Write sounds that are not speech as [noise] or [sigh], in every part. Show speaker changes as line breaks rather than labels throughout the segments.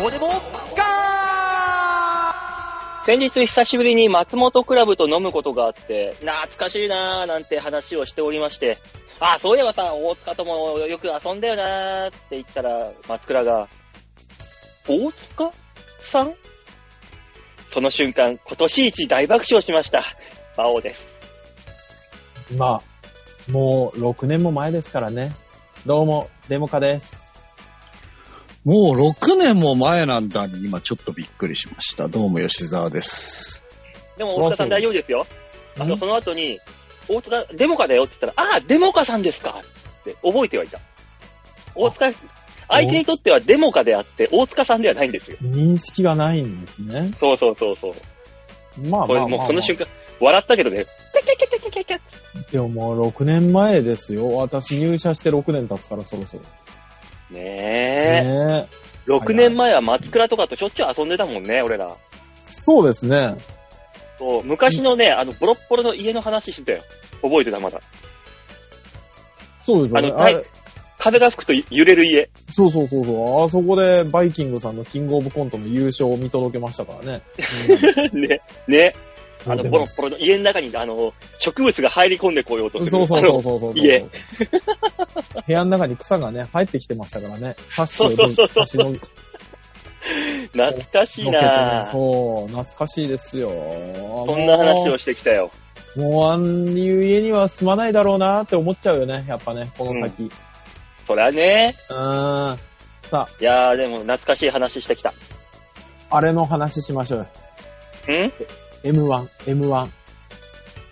どうでもガー
先日久しぶりに松本クラブと飲むことがあって、懐かしいなーなんて話をしておりまして、あ、そういえばさ、大塚ともよく遊んだよなーって言ったら、松倉が、大塚さんその瞬間、今年一大爆笑しました。馬王です。
まあ、もう6年も前ですからね。どうも、デモカです。
もう6年も前なんだに今ちょっとびっくりしました。どうも吉沢です。
でも大塚さん大丈夫ですよ。あの、その後に、大塚、デモカだよって言ったら、ああ、デモカさんですかって覚えてはいた。大塚、相手にとってはデモカであって、大塚さんではないんですよ。
認識がないんですね。
そうそうそうそう。
まあ
こ
ま
れ
あ
も
ま
う
あ、
こ
ま
の
あ、
瞬間、笑ったけどね、
でももう6年前ですよ。私入社して6年経つからそろそろ。
ねえ、
ねえ。
6年前は松倉とかとしょっちゅう遊んでたもんね、俺ら。
そうですね。
そう、昔のね、あの、ボロッボロの家の話してたよ。覚えてた、まだ。
そうですよね。
あの
あ
は
れ、
風が吹くと揺れる家。 [laughs]
そうそうそうそう。あそこでバイキングさんのキングオブコントの優勝を見届けましたからね。みんな
ね、ね、[laughs]
そ
あ
うで
の、
も
ボロッボロの家の中に、あの、植物が入り込んでこようとする。
そうそう
あの
そうそうそうそう。
いえ
部屋の中に草がね、入ってきてましたから
[laughs]
ね。サッシ
そ
を
うそうそうそう
差し伸べ
懐かしい
の
な
けてね
ぁ。
そう、懐かしいですよ。
そんな話をしてきたよ。
もう。もうあんいう家には住まないだろうなって思っちゃうよね、やっぱね、この先。う
そりゃね。
ーん。さあ、
いやーでも懐かしい話してきた。ん
あれの話しましょうよ。M1、M1。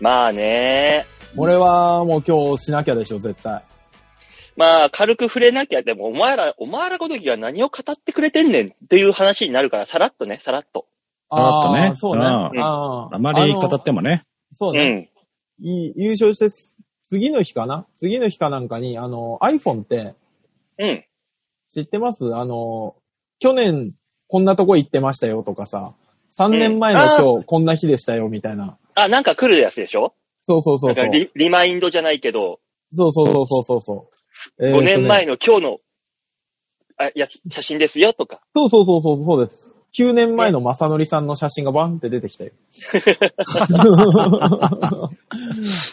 まあね
俺はもう今日しなきゃでしょ、絶対。
まあ、軽く触れなきゃ、でも、お前ら、お前らごときが何を語ってくれてんねんっていう話になるから、さらっとね、さらっと。
あったね
ーそうね。
うん
あー
あまり語
あの
ってもね。
そう
う
ね。
ん。
い優勝してす次の日かな次の日かなんかに、あの、iPhone って
うん。
知ってますあの、去年こんなとこ行ってましたよとかさ、3年前の今日こんな日でしたよみたいな。
あ、なんか来るやつでしょ
そうそうそうそ
な
うん
か。リリマインドじゃないけど、
そうそうそうそうそうそう。えーと
5
ね
年前の今日の、あ、やつ、写真ですよとか。
そうそうそうそうそうです。9年前のまさのりさんの写真がバンって出てき
[laughs]
たよ。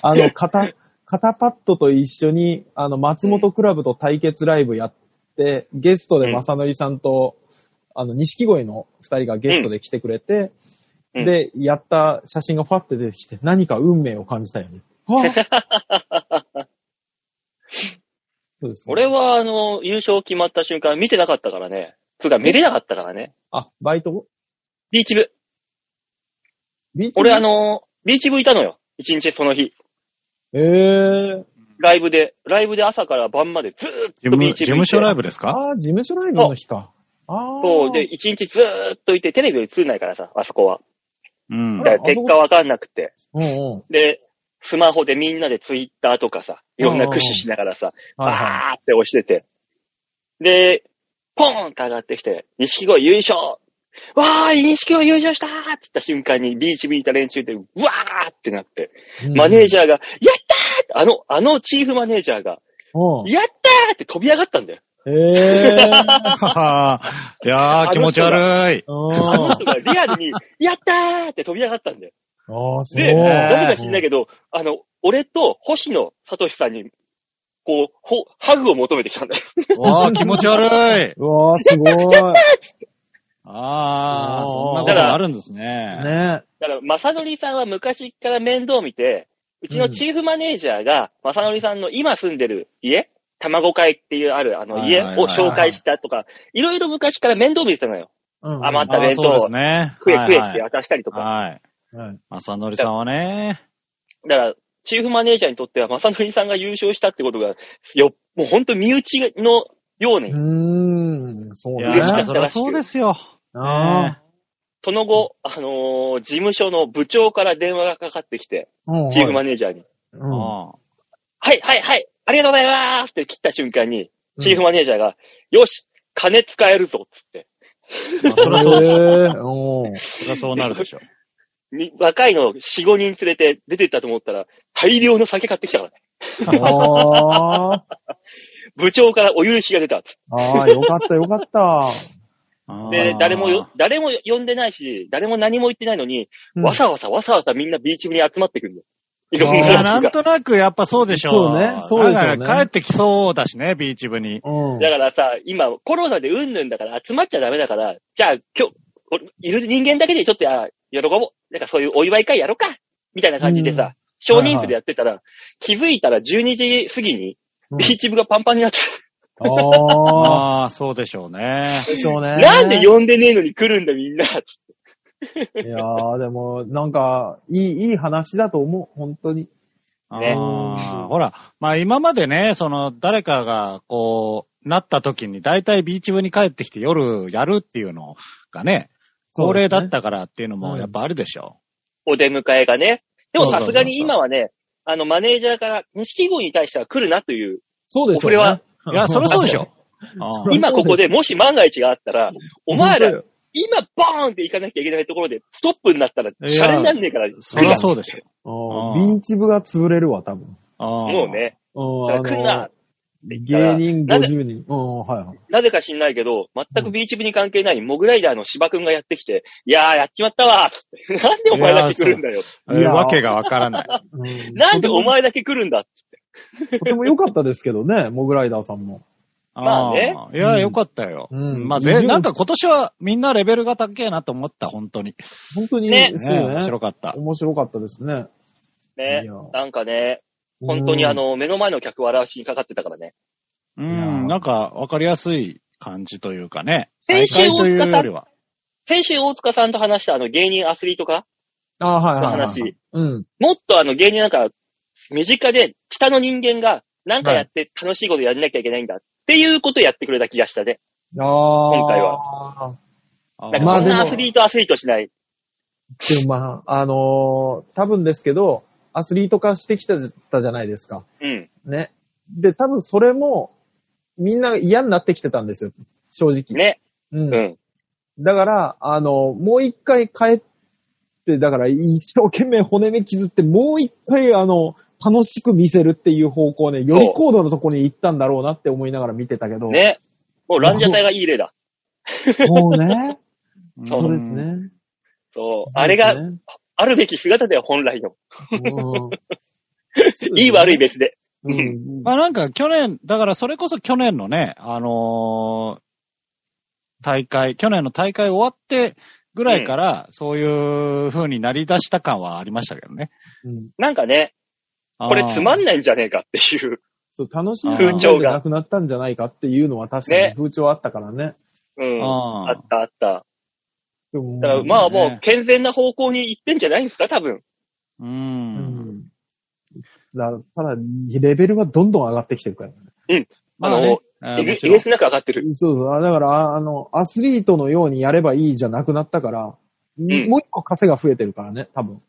あの、肩、肩パッドと一緒に、あの、松本クラブと対決ライブやって、ゲストでまさのりさんと、あの、錦鯉の二人がゲストで来てくれて、
うん
で、やった写真がパッて出てきて、何か運命を感じたよね。
[laughs]
そうです、ね。
俺は、あの、優勝決まった瞬間見てなかったからね。つうか、見れなかったからね。
あ、バイト
ビーチ部。
ビーチ
俺、あ、の、ビーチ部いたのよ。一日その日。
えー、
ライブで、ライブで朝から晩までずーっ
事
と
務
ビーチ
事
部い
務
て。
所ライブですか
ああ、事務所ライブの日か。ああ。
そう。で、、一日ずーっといて、テレビより映んないからさ、あそこは。
うん
だ
[laughs]
か。ら結果わかんなくて。
うんうん。
で、スマホでみんなでツイッターとかさ、いろんな駆使しながらさ、
はい
バーって押してて。で、ポーンって上がってきて、錦鯉優勝わーい、錦鯉優勝したーって言った瞬間にビーチ見た連中で、うわーってなって、
はい。
マネージ
ャ
ャ
ー。
ーが、やったーって、あの、あのチーフマネージャーが、
うん。
やったーって飛び上がったんだよ。 [laughs]
ええー。
ははいやー、気持ち悪い。
あの
あ
人がリアル
[laughs]
に、やったーって飛び上がったんだよ。
あ、そう。
で、
ね
なぜか知んないけど、あの、俺と星野聡さんに、こう、ほハグを求めてきたんだよ。
わー、気持ち悪い。
うわあ、すごい。 [laughs]
あー、
お
そ
ー
んなことがあるんですね。
ね
だから、まさのりさんは昔から面倒見て、うちのチーフマネージャーが、まさのりさんの今住んでる家、卵会っていうある、あの家
はいはい
を
はいはい
紹介したとか、いろいろ昔から面倒見てたのよ。
うん。
あま
あ
た
ー
弁
そう
当を
ですね。
食え
は
食え
い
っ
はい
て渡したりとか。
はい。
はい。
まさのりさんはね、
だから、チーフマネージャーにとっては、まさのりさんが優勝したってことが、よ、もう本当身内のよう
う
に、
ーん、そう
い
ね
や。
嬉しかった
ー、そりゃそうですよ。
あ
その後、あのー事務所の部長から電話がかかってきて、
あ。うん。
チーフマ
ネ
ネージャーに、
ね
うん。
はい、はい、はい、ありがとうございますって切った瞬間に、チーフ
マ
マネージャーが、よし、金使えるぞっつって。
まあそりゃそうですよ。
えー、おー
そりゃそうなるでしょ。
に若いの4、5人連れて出てったと思ったら、大量の酒買ってきたからね。
あー
部長からお許しが出たっつって。
あー、よかったよかった。
で、誰もよ
あ、
誰も呼んでないし、誰も何も言ってないのに、わさわさわさわさみんなビーチ部に集まってくるんだよ。いろん
ー
な
まあ
や
な
つが
ん。となくやっぱそうでしょ
そうねそうでしょうね
だから帰ってきそうだしね、ビーチ部に。
うん。
だからさ、今、コロナでうんぬんだから集まっちゃダメだから、じゃあ今日、こいる人間だけでちょっと、あ喜ぼう。なんかそういうお祝い会やろうかみたいな感じで
うん
さ、少人数でやってたら、気づいたら12時過ぎに、
うん
ビーチ部がパンパンになって、
ああ。
ああ、そうでしょうね。
でしょうね。
なんで呼んでねえのに来るんだみんな。
いやー、でも、なんか、いい、いい話だと思う、本当に。
ね
ああ、ほら、まあ今までね、その誰かがこう、なった時に大体ビーチ部に帰ってきて夜やるっていうのがね、恒例だっ。たからっていうの
う
も
ん
やっぱあるでしょ。
お出迎えがね。でも
そうそうそう
さ
そう
すがに今はね、あの、マネージャーから、錦鯉に対しては来るなという、
そうです
これ
よ
は
ね。
いや、そりゃそうで
[laughs]
しょ。あ
そ
ー
う
今ここでもし万が一があったら、お前
本当
ら
よ、
今バーンって行かなきゃいけないところで、ストップになったら、
や
シャレになんねえから、
そりゃ
う。
そうでしょ。
あ
あ
ー
ー
ビーチ部が潰れるわ、多分。
も
もう。ね、
うん、
だから来んな。
芸人
なんで
50人。うん、はいはい。
なぜか知んないけど、全くビーチ部に関係ないモグライダーの芝くんがやってきて、いやー、やっちまったわーつって [laughs] なんでお前だけ来るんだよ。
えー
いや
わけがわからない。
うん
なんでお前だけ来るんだ
とても良かったですけどね、モグライダーさんも。
[laughs] まあね
ーいや、よかったよ。
うん
まあ、
う
ぜ、
ん
なんか今年はみんなレベルが高えなと思った、本当に。
本当に、
ね
そう
ね面白
ね。
かった。
面白かったですね。い
ね
や。ー
なんかね、本当にあ
うん、
の、目の前の客を笑わしにかかってたからね。
う
いやー
ん、なんかわかりやすい感じというかね。
先週
大会というよりは。
先週大塚さんと話したあの芸人アスリート化
あはい
の
はい、はい。
話、
うん。
もっとあの芸人なんか、身近で下の人間がなんかやって楽しいことやんなきゃいけないんだっていうことをやってくれた気がしたね。
ああ。
今回
は。
あ
なんかそん
ー
まあ
な
で
ア
も
スリートアスリートしない。
でもまあ、あのー多分ですけど、アスリート化してきたじたじゃないですか。
うん。
ね。で、多分それも、みんな嫌になってきてたんですよ。正直。
ね。
う。
うんん。
だから、あの、もう一回帰って、だから一生懸命骨目削って、もう一回あの、楽しく見せるっていう方向ね、より高度のところに行ったんだろうなって思いながら見てたけど。。
ね。もうランジャタイがいい例だ。
そう
[laughs]
ね。
そ
そう
う
です。ね。
そう。あれが、
そう
あるべき姿だよ、本来の。
ですね。う
[laughs]
ん
いい悪い。別で。
そうですねうん
まあなんか去年、だからそれこそ去年のね、あのー大会、去年の大会終わってぐらいから、そういう風になり出した感はありましたけどね。
うん
なんかね、これつまんないんじゃねえかっていう。
そう、楽しい
風
風
潮
潮
が
じゃなくなったんじゃないかっていうのは確かに
ね
風潮あったからね。
うん。あ
あ
ったあった。
でも
だからまあもう健全な方向に行ってんじゃないんですか、多分。
ーう。
うんん。だただ、レベルはどんどん上がってきてるから。
まあね、え
え
ー
げ
も
え
ちろ
げ
ん
つなく上がってる。
そうそう。あだから、ああの、アスリートのようにやればいいじゃなくなったから、
ん
もう一個稼が増えてるからね、多分。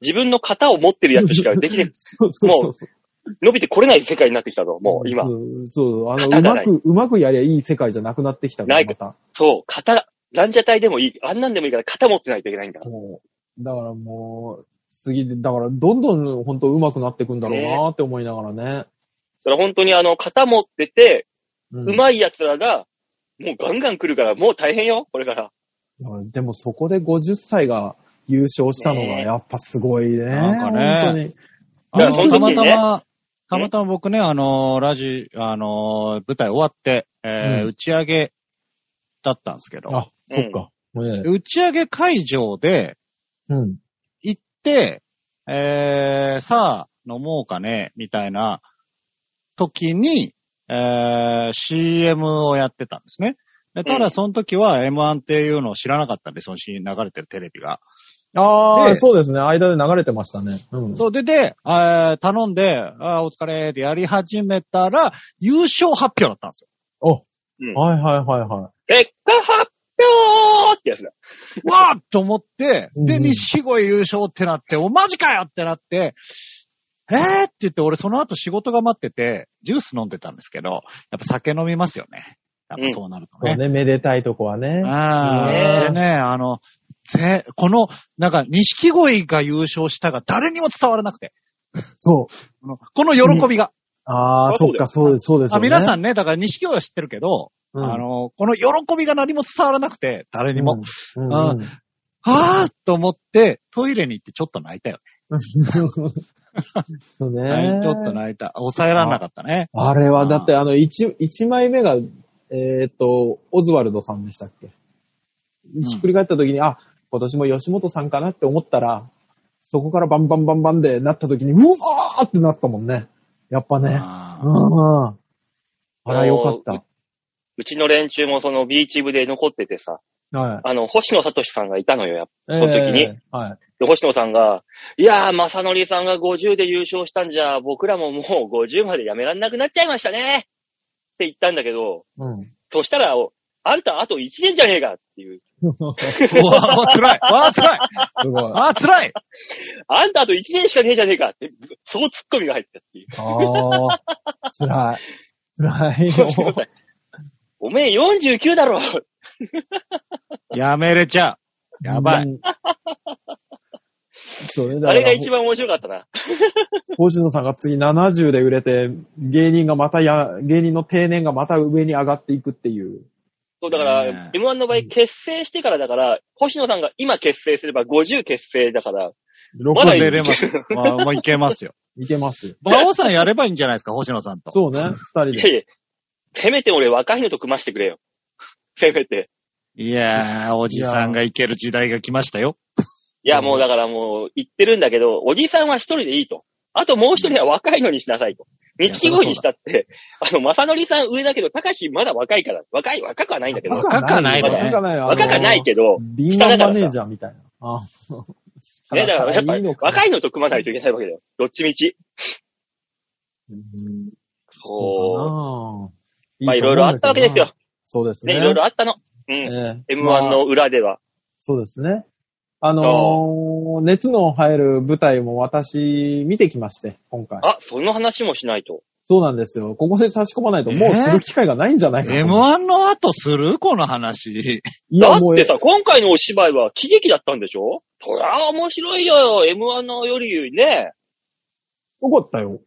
自分の型を持ってるやつしか
[laughs]
できて、
[laughs] そうそうそうそう。
伸びてこれない世界になってきたぞ、もう今。
うんそう、あの、
型が
うま
ない
く、うまくやりゃいい世界じゃなくなってきたから、
ない
また。
そう、型、ランジャタイでもいい。あんなんでもいいから型持ってないといけないんだ。
もう、だからもう、次で、だから、どんどん本当うまくなってくんだろうなーって思いながらね。
だから本当にあの、型持ってて、
うん
うまい奴らが、もうガンガン来るから、もう大変よ、これから。
だからでもそこで50歳が優勝したのが
ねえ
やっぱすごいね。
なんかね
本当に。
だ
あの
から
た
その
ま
時
た
にね
ま、たまたま僕ね、あのー、ラジ、あのー、舞台終わって、えー
うん
打ち上げだったんですけど、
あ、そっか。ねえ
打ち上げ会場で
うん。
行って、えー、さあ、飲もうかね、みたいな時に、えー、CM をやってたんですね。でた
う
だ、
ん
その時は M1 っていうのを知らなかったんで、そのシーン流れてるテレビが。
ああ、
で
そうですね。間で流れてましたね。うん。
そう、で、で、えー頼んで、あーお疲れでやり始めたら、優勝発表だったんですよ。
うん。
はいはいはいは
結果発表ってやつだ。
わーっと思って、
う
で、
ん
錦鯉優勝ってなって、お、マジかよってなって、えーって言って、俺その後仕事が待ってて、ジュース飲んでたんですけど、やっぱ酒飲みますよね。やっぱそうなると
い。そ
ね。
うね、めでたいとこはね。
あ
ね
あ、でね、あの、ぜ、この、なんか、錦鯉が優勝したが誰にも伝わらなくて、
そう。
このこの喜びが。
ああ、
あ
そっか、そうです、そうです
あ
よね。
皆さ
ん。
んね、だから錦鯉は知ってるけど、
うん
あの、この喜びが何も伝わらなくて、誰にも、
うん
あ
うん
はぁと思って、トイレに行ってちょっと泣いたよ [laughs]
そうね、
ね。はいちょっと泣いた。抑えられなかったね。
あれは、だってあの、一、一枚目が、えーっと、オズワルドさんでしたっけ、ひっくり返った時に、あ、今年も吉本さんかなって思ったら、そこからバンバンバンバンでなった時に、うわーってなったもんね。やっぱね。
あ
う
ー
んうん。あれはよかった。
うちの連中もそのビーチ部で残っててさ、
はい。
あの、星野聡さんがいたのよ、やっぱ
そ
の時に
はい。
で星野さんが、いやー、正則さんが50で優勝したんじゃ、僕らももう50までやめらんなくなっちゃいましたねって言ったんだけど、
うん。 [laughs]
そしたら、おあんたあと1年じゃねえかっていう。
す
うわあ、辛い。わあ、辛い。
ごい。あ
ああ、辛い。
あんたあと1年しかねえじゃねえかって、そのツッコミが入ったって
[laughs]
いう。
あー、辛い。
[laughs]
辛いよ。
星野さんおめえ49だろ
やめれちゃう。やばい。
うん。そうね、だ
あ
から
れが一番面白かったな。
星野さんが次70で売れて、芸人がまたや、芸人の定年がまた上に上がっていくっていう。
そう、だか
ね
ら、
え
M1 の場合、結成してからだから、星野さんが今結成すれば50結成だから、まだ
6
いけ
出れ
る
ます。 [laughs] まあもういけますよ。
いけますよ。
馬王さんやればいいんじゃないですか、星野さんと。
そうね、二人
い
で。
やいや、せめて俺若いのと組ましてくれよ。せめて。
いやー、おじさんがいける時代が来ましたよ。
いや、もうだからもう言ってるんだけど、おじさんは一人でいいと。あともう一人は若いのにしなさいと。
いや
錦鯉にしたって、あの、正則さん上だけど、高橋まだ若いから、若い、若くはないんだけど、
若くはないね
若くはないよ。
若くはない
ど。
けど、
敏腕マネージャーみたいな。ああ
[laughs] ね、だからやっぱ
いいの
り
かな
若いのと組まないといけないわけだよ。どっちみち。
うん
そう。
そうか
ま
な
あいろいろあったわけですよ。。
そうですね。
ね、いろいろあったの。うん。
ええ
M1 の裏では。
そうですね。あのー熱の入る舞台も私見てきまして、今回。
あ、その話もしないと。
そうなんですよ。ここで差し込まないともうする機会がないんじゃないかと思う
M1 の後するこの話。
い
だ
や、
っ
もう
て、さ、今回のお芝居は喜劇だったんでしょそりゃ面白いよ。M1 のよりね。
よかったよ。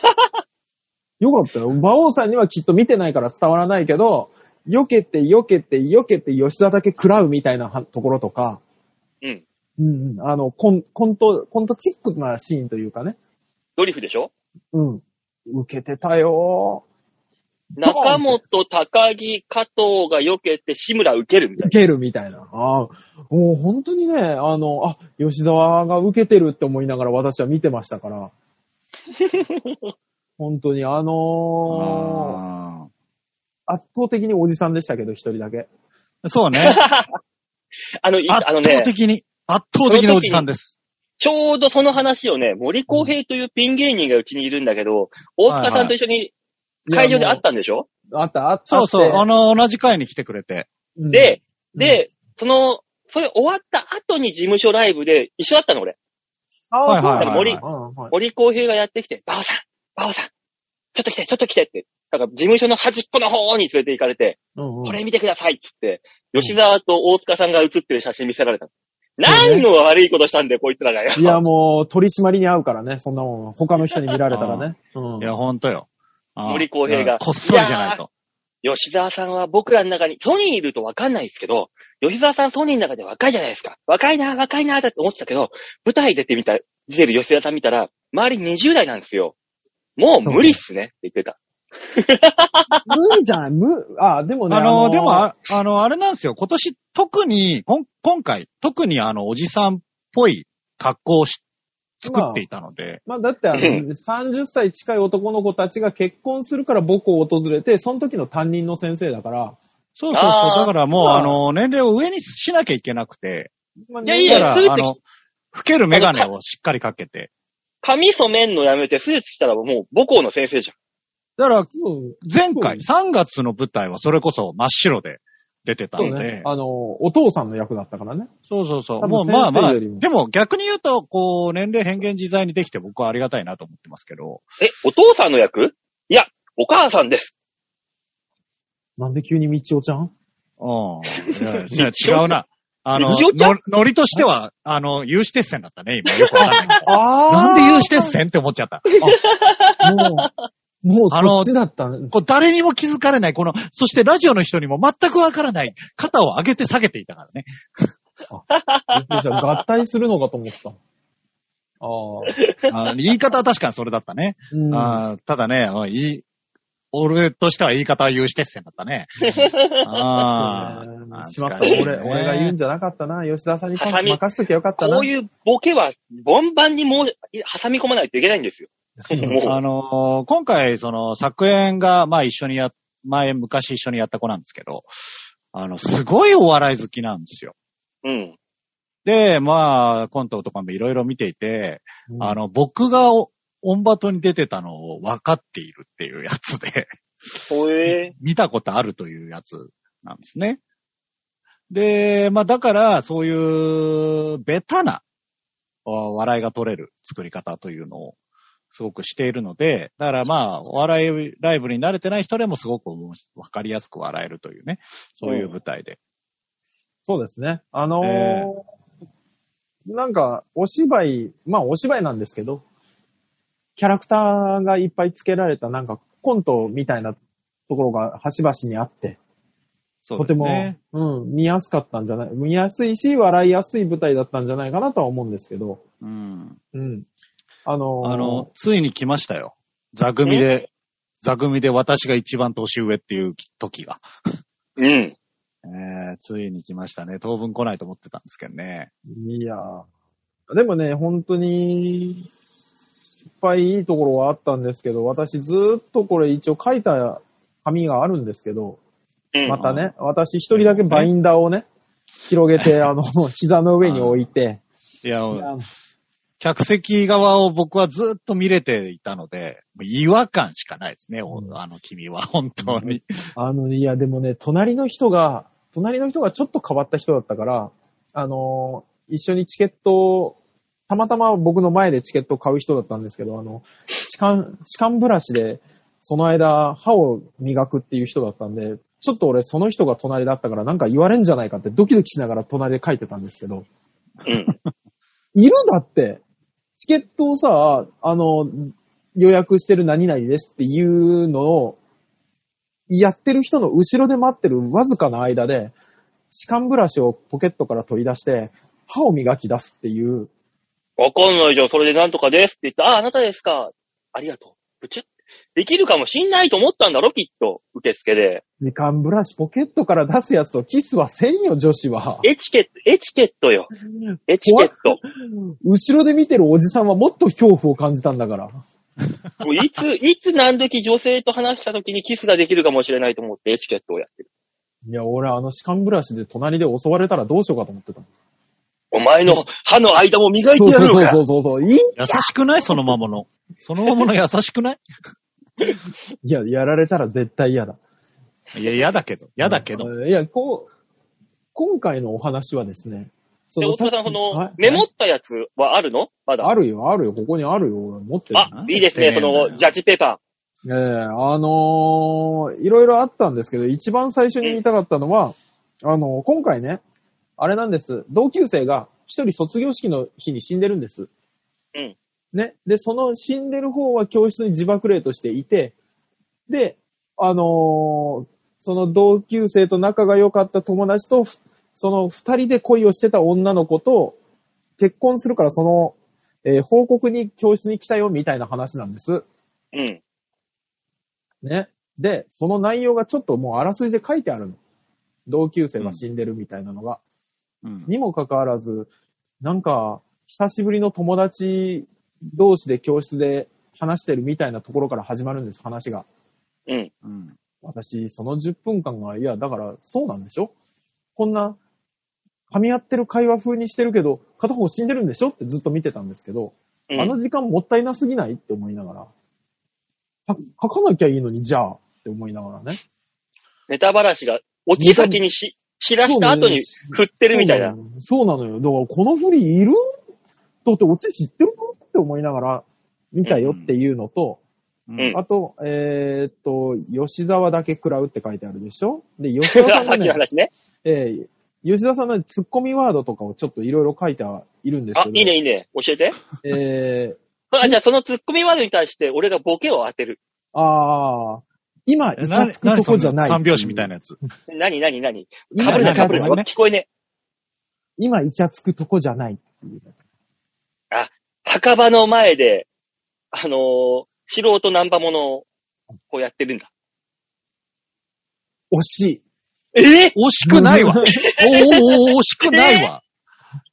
[laughs] よかったよ。馬王さんにはきっと見てないから伝わらないけど、避けて、避けて、避けて、吉田だけ食らうみたいなはところとか、
うん。
うんうん、あの、コンコント、コントチックなシーンというかね。
ドリフでしょ
うん。受けてたよ
中本、高木、加藤が避けて、志村受けるみたい
受けるみたいな。ああもう本当にね、あの、あ、吉沢が受けてるって思いながら私は見てましたから。
[laughs]
本当に、あのー
あ
圧倒的におじさんでしたけど、一人だけ。
ーそう [laughs] ね。
な。あの、い
圧
あの
倒
ね、
的に、圧倒的なおじさんです。
ちょうどその話をね、森公平というピン芸人がうちにいるんだけど、大塚さんと一緒に会場で会ったんでしょ、
いやもうあった、あった。
そうそう。
あ
あ
っ
の、同じ回に来てくれて。
て、
で、
うん
で、その、それ終わった後に事務所ライブで一緒だったの俺。
うん、ああ、そう
はい
だ、
はいはい
うんはい
森公平がやってきて、バオさん、バオさん、ちょっと来て、ちょっと来てって。だから事務所の端っこの方に連れて行かれて、
うんうん
これ見てくださいっつって、吉沢と大塚さんが写ってる写真見せられたの。
そうね
何の悪いことしたんだよ、こいつらがよ。
いや、もう、取り締まりに合うからね、そんなもん。他の人に見られたらね。うん
いや、ほんとよ。あー
森公平が
こっそりじゃないと。
吉沢さんは僕らの中に、ソニーいるとわかんないですけど、吉沢さんソニーの中で若いじゃないですか。若いな、若いな、だって思ってたけど、舞台出てみた、出てる吉沢さん見たら、周り20代なんですよ。もう無理っすねって言ってた。
無理じゃない無、あ、でもね。
あの、でも、
あ
ああの、あれなんですよ。今年、特に、こん今回、特にあの、おじさんっぽい格好をし、作っていたので。
まあ、だってあの、
うん
30歳近い男の子たちが結婚するから母校を訪れて、その時の担任の先生だから、
そうそうそう。
あー
だからもう、
まあ
あの、年齢を上にしなきゃいけなくて。
まあ
いやい
だ
や
から、
スーツ
あの、老けるメガネをしっかりかけて。
髪染めんのやめてスーツ着たらもう母校の先生じゃん。
だから、
そう
前回、
そ
3月の舞台はそれこそ真っ白で出てた
そう
の
ね
で。。
あの、お父さんの役だったからね。
そうそうそう。
多分
もうまあまあ、
先生よりも
でも逆に言うと、こう、年齢変幻自在にできて僕はありがたいなと思ってますけど。
え、お父さんの役いや、お母さんです。
なんで急に道夫ちゃん
うん。いやいや違うな。あの、の
異常ちゃう
ノリとしては、あの、有志鉄線だ [laughs] ったね、今。よくわかんないけど。
あ
なんで有志
て
鉄線って思っちゃった。
ももう
あの
そっちだった。
こう誰にも気づかれない、この、そしてラジオの人にも全くわからない、肩を上げて下げていたからね。
じゃあ合体するのかと思った。あ
あー言い方は確かにそれだったね。
あ。
あーただね、あーいい、俺としては言い方は有刺鉄線だった [laughs] ね。あー
うん。しまった。
懐かしいね
俺、俺が言うんじゃなかったな。吉田さんに
挟み
任しときゃよかったな。
こういうボケは、ボンバンにもう、挟み込まないといけないんですよ。
あ
も
のー今回、その、作演が、まあ一緒にや、前、昔一緒にやった子なんですけど、あの、すごいお笑い好きなんですよ。
う。うん。
で、まあ、コントとかもいろいろ見ていて、 [laughs]
うん
あの、僕がおオンバトに出てたのを分かっているっていうやつで、
ほえ
見たことあるというやつなんですね。で、まあだから、そういう、ベタな、お笑いが取れる作り方というのを、すごくしているので、だからまあ、お笑いライブに慣れてない人でもすごく面白わかりやすく笑えるというね、そういう舞台で。
そうですね。あのー
え
なんか、お芝居、まあお芝居なんですけど、キャラクターがいっぱいつけられた、なんかコントみたいなところが端々にあって、
そう
と
で
て
す
も、
ね。
うん、見やすかったんじゃない、見やすいし、笑いやすい舞台だったんじゃないかなとは思うんですけど、
うん。
うん。あのー
あの、ついに来ましたよ。座組で、座組で私が一番年上っていう時が。
うん。
えー、ついに来ましたね。当分来ないと思ってたんですけどね。
いやーでもね、本当に、いっぱいいいところはあったんですけど、私ずーっとこれ一応書いた紙があるんですけど、
うん。
またね、私一人だけバインダーをね、広げ
[laughs]
て、あの、膝の上に置いて、
いや、
いや
客席側を僕はずっと見れていたので、もう違和感しかないですね、お
うん
あの君は、本当に。
あの、いや、でもね、隣の人が、隣の人がちょっと変わった人だったから、あのー一緒にチケットを、たまたま僕の前でチケットを買う人だったんですけど、あの、歯間、歯間ブラシで、その間、歯を磨くっていう人だったんで、ちょっと俺、その人が隣だったから、なんか言われんじゃないかってドキドキしながら隣で書いてたんですけど、
うん。
いるだって、チケットをさ、あの、予約してる何々ですっていうのを、やってる人の後ろで待ってるわずかな間で、歯間ブラシをポケットから取り出して、歯を磨き出すっていう、
わかんないじゃん、それでなんとかですって言った。あ、あなたですか。ありがとう。ぶちゅできるかもしんないと思ったんだろ、きっと。受付で。
歯間ブラシポケットから出すやつをキスはせんよ、女子は。
エチケット、エチケットよ。エチケット。
後ろで見てるおじさんはもっと恐怖を感じたんだから。
もういつ、いつ何時女性と話した時にキスができるかもしれないと思ってエチケットをやってる。
いや、俺あの歯間ブラシで隣で襲われたらどうしようかと思ってた。
お前の歯の間も磨い
そ
て
う
や
そ
るの
う
か。
そうそうそう。いい
優しくないそのままの。そのままの優しくない
いや、やられたら絶対嫌だ。
いや、嫌だけど。嫌だけど。
うん。いや、こう、今回のお話はですね、そ
で、大塚さん、
っ
こ
き
の
はい、
メモったやつはあるのまだ。
あるよ、あるよ、ここにあるよ、俺持ってる。
あ、いいですね、その、ジャッジペーパ
ええあのーいろいろあったんですけど、一番最初に言いたかったのは、あのー今回ね、あれなんです。同級生が一人卒業式の日に死んでるんです。
うん。
ね。で、その死んでる方は教室に自爆霊としていて、で、あのーその同級生と仲が良かった友達と、ふその二人で恋をしてた女の子と結婚するから、その、えー報告に教室に来たよ、みたいな話なんです。
ー。うん。
ね。で、その内容がちょっともうあらすじで書いてあるの。同級生が死んでるみたいなのが。
うん
にもかかわらず、なんか、久しぶりの友達同士で教室で話してるみたいなところから始まるんです、話が。
うん。
うん
私、その10分間が、いや、だから、そうなんでしょこんな、噛み合ってる会話風にしてるけど、片方死んでるんでしょってずっと見てたんですけど、
うん
あの時間もったいなすぎないって思いながら、か書かなきゃいいのに、じゃあ、って思いながらね。
ネタばらしが、落ち先にし、知らした後に振ってるみたいな。
そうなのよ。だから、この振りいるだって、オチ知ってるかって思いながら見たよっていうのと、
う
うん
ん。
あと、えーっと、吉沢だけ食らうって書いてあるでしょで、吉沢
さ [laughs]
さ
っ
ん
きの
の、ね
話ね。
えー吉沢さんのツッコミワードとかをちょっといろいろ書いてはいるんです
あ
けど、、
いいね、いいね。教えて。
えー
あ、じゃあそのツッコミワードに対して、俺がボケを当てる。
ああ、今、
え
イチャつくとこじゃない。
何その三拍子みたい
な。
なやつ。
なになになにか
今
ぶる
何
な、
イチ
か
ャ
ぶるな。
ごめんね
聞こえね
今、イチャつくとこじゃないっていう。
え。墓場の前で、あのー素人ナンバモノをこうやってるんだ。
惜しい。
ええ
惜しくないわ。おーおーおー惜しくない
[laughs]
わ。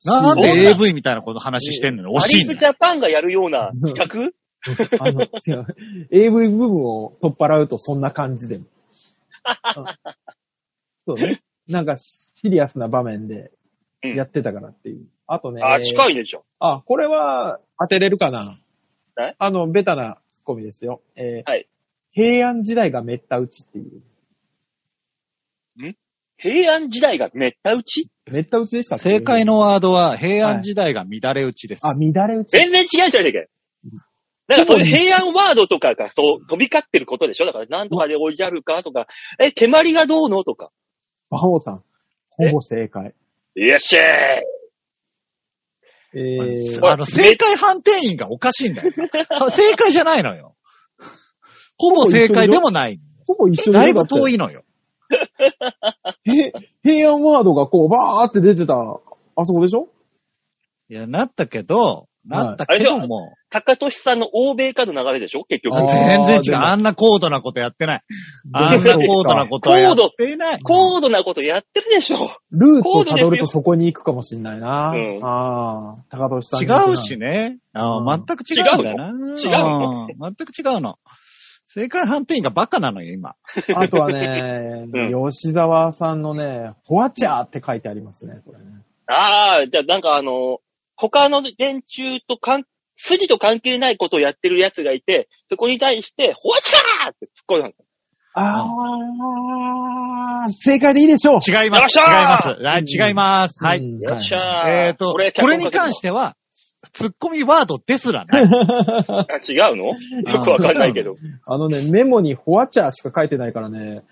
なんで AV みたいなこと話してんのに惜しい
アリ
ね
スジ。ャパンがやるような企
あの、違う。AV 部分を取っ払うとそんな感
[laughs]
じでも。そうね。なんかシリアスな場面で
うん
やってたからっていう。あとね。
画あ、近いでしょ。
あ、これは当てれるかな
え
あの、ベタなツッコミですよ。えー
はい
平安時代がめった打ちっていう。
平安時代がめった打ち
めった打ちでしたっけ
正解。のワードは、平安時代が乱れ打ちです。
あ、乱れ打ち。
全然違うじゃねえかよ。なんかそういう平安ワードとかがそう飛び交ってることでしょだからなんとかでおじゃるかとか、え、蹴鞠がどうのとか。
馬王さん。ほぼ正解。
いらっしゃい
え
ま
ー、
ああの、正解判定員がおかしいんだ
[laughs]
よ。正解じゃないのよ。ほぼ正解でもない。
ほぼ一緒
だいぶ遠
い。
いのよ。
へ平安ワードがこう、バーって出てた、あそこでしょ
いや、なったけど、なったけども、
高俊さんの欧米化の流れでしょ結局
あ。れでしょ
全然違
で
う。
も
あんな高度なことやってない。あん
で
な
も
高度なことはやっていない。
高度なことやってるでしょ。
ルーツを辿るとそこに行くかもしんないな。
うん
ああ、高俊さんに似てない。
違うしね。あ
う
ー
ん
全く違うんだよな。
違うの
うん全く違うの。正解判定員がバカなのよ、今。
あとはね、
う
吉沢さんのね、ホワチャーって書いてありますね、これね。
ああ、じゃあなんかあの、他の連中とかん、筋と関係ないことをやってる奴がいて、そこに対して、ホワチャーって突っ込んだの。
あー、正解でいいでしょう。
違いま
よっ
す。
し
違い
ゃ
ます。はい、違います。はい。
うん
よっしゃー。。
えっと、これに関してては、ツッコミワードですらな
あ
い。
違うのよくわかんないけど。
あのね、メモにホワチャーしか書いてないからね。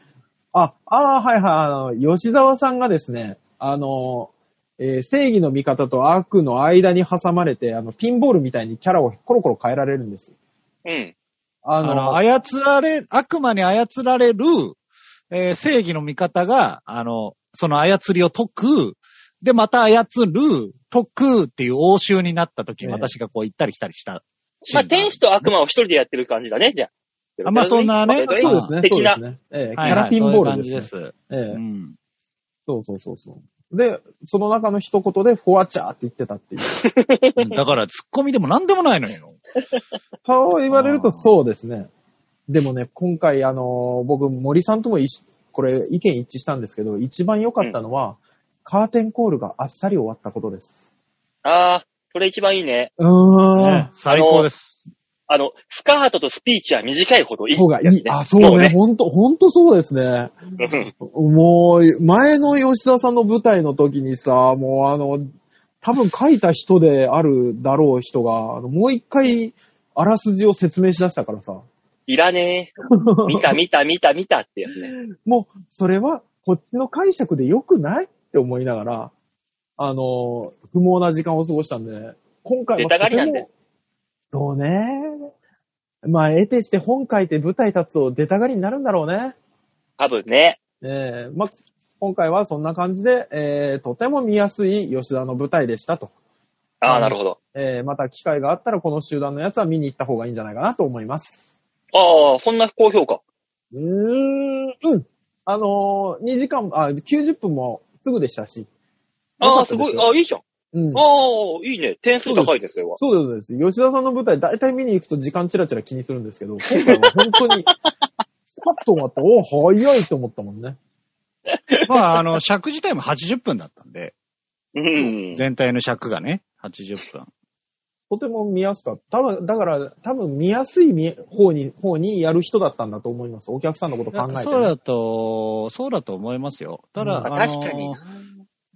あ、あーはいはい、あの、吉沢さんがですね、あの、えー正義の味方と悪の間に挟まれて、あの、ピンボールみたいにキャラをコロコロ変えられるんです。
うん。
あ
あ
の、
の、操られ、悪魔に操られる、えー正義の味方が、あの、その操りを解く、で、また操る、解くっていう応酬になった時に
ええ
私がこう行ったり来たりしたシ
ま
ー
あ、
ンがある。
天使と悪魔を一人でやってる感じだね、じゃあ。
あまあそんな
そ
ね
うですね、そう
的
で
な
す。ね。えーキ
はい
ャ
は
ラ
い
ピンボールです、ね
そういう感
え
じで
ー
す。うん。
そうそうそうそう。で、その中の一言で、フォアチャーって言ってたっていう。
うんだから、ツッコミでも何でもないのよ。
そう言われる
あー
とそうですね。でもね、今回、あのー僕、森さんとも一緒これ、意見一致したんですけど、一番良かったのは、カーテンコールがあっさり終わったことです。
ああ、それ一番いいね。
うーん。
ね最高です。
あの、スカートとスピーチは短いほどいい。
方がいい。あ、そう
も
ね。。ほんと、ほんとそうですね。
うん
もう、前の吉田さんの舞台の時にさ、もうあの、多分書いた人であるだろう人が、あのもう一回、あらすじを説明しだしたからさ。
いらねえ。見た見た見た見たってやつね。
もう、それは、こっちの解釈で良くないって思いながら、あの、不毛な時間を過ごしたんで、今回は
出たがりなんで
そうね。まあ、得てして本書いて舞台立つと出たがりになるんだろうね。
多分ね。
ええまあ、今回はそんな感じで、えーとても見やすい吉田の舞台でしたと。
あ
う
あ、
ん
なるほど。
えーまた機会があったらこの集団のやつは見に行った方がいいんじゃないかなと思います。
ああ、そんな高評価。
うーん、うん。あのー、2時間、あ、90分もすぐでしたし。
ああ、すごい。ああ、いいじゃん。
うん。
ああ、いいね。点数高いですよ。
そうです、そうです。吉田さんの舞台、大体見に行くと時間チラチラ気にするんですけど、今回は本 [laughs] 当に、パッと終わって、お早いと思ったもんね。
まあ、あの、尺自体も80分だったんで、
うん。
全体の尺がね、80分。
とても見やすかった。多分だから、多分見やすい見方に、方にやる人だったんだと思います。お客さんのこと考えてね、
そうだと、そうだと思いますよ。ただ、
う
ま
ん
あ
あ
の
確かに。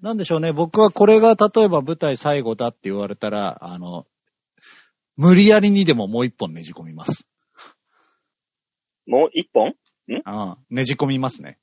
なんでしょうね。僕はこれが例えば舞台最後だって言われたら、あの、無理やりにでももう一本ねじ込みます。
もう一本
うん。ねじ込みますね。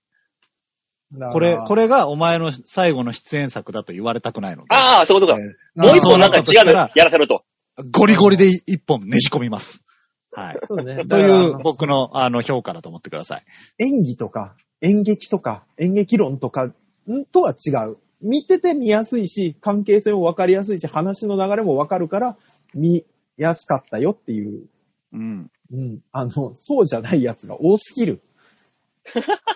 だから
これ、こ、れがお前の最後の出演作だと言われたくないので。
ああ、そういうことか。
え
もう一本なんか
そ
違
う
うの
だとしたら
やらせろと。
ーゴリゴリで一本ねじ込みます。はい。
そうだ
[laughs]
ね。
と
だから
いう僕のあの評価だと思ってください。
演技とか、演劇とか、演劇論とか、んとは違う。見てて見やすいし、関係性もわかりやすいし、話の流れもわかるから、見やすかったよっていう。
うん。
うん。あの、そうじゃないやつが多すぎる。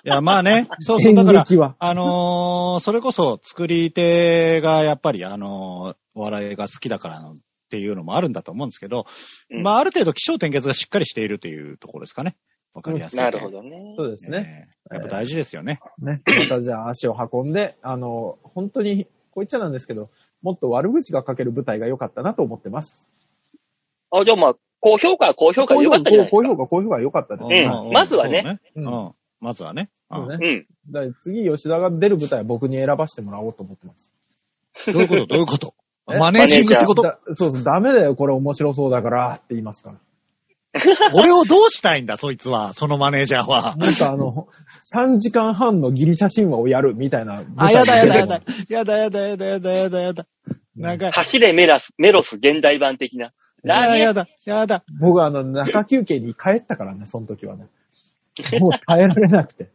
いや、まあね、そうそう、
演
だから、
劇は。
あのーそれこそ作り手がやっぱり、あのーお笑いが好きだからのっていうのもあるんだと思うんですけど、
うん
まあ、ある程度、気象点結がしっかりしているというところですかね。わかりやすい、
なるほ。どね。
そうですね。
ね。やっぱ大事ですよね。
ね。またじゃあ足を運んで、あの、本当に、こう言っちゃなんですけど、もっと悪口が書ける舞台が良かったなと思ってます。
あ、じゃあまあ、高評価、高評価でよかったじゃないで
高
す
評
か。
価、高評価良かったです。
うん
はい
まずはね
そううんん。まずはね。
そう
うん
ね。
うん。
だから次、吉田が出る舞台は僕に選ばせてもらおうと思ってます。
どういうことどういうこと
え
マネージングってこと
だそうそう、ダメだよ、これ面白そうだからって言いますから。
俺をどうしたいんだ、そいつは。そのマネージャーは。
もっとあの、3時間半のギリシャ神話をやるみたいな。
あ、やだやだやだ。。 [laughs] やだやだやだやだやだやだ。なんか、
走れメラス、メロス現代版的な。
やだ
何
やだやだ。
僕はあの、中休憩に帰ったからね、その時はね。もう耐えられなくて。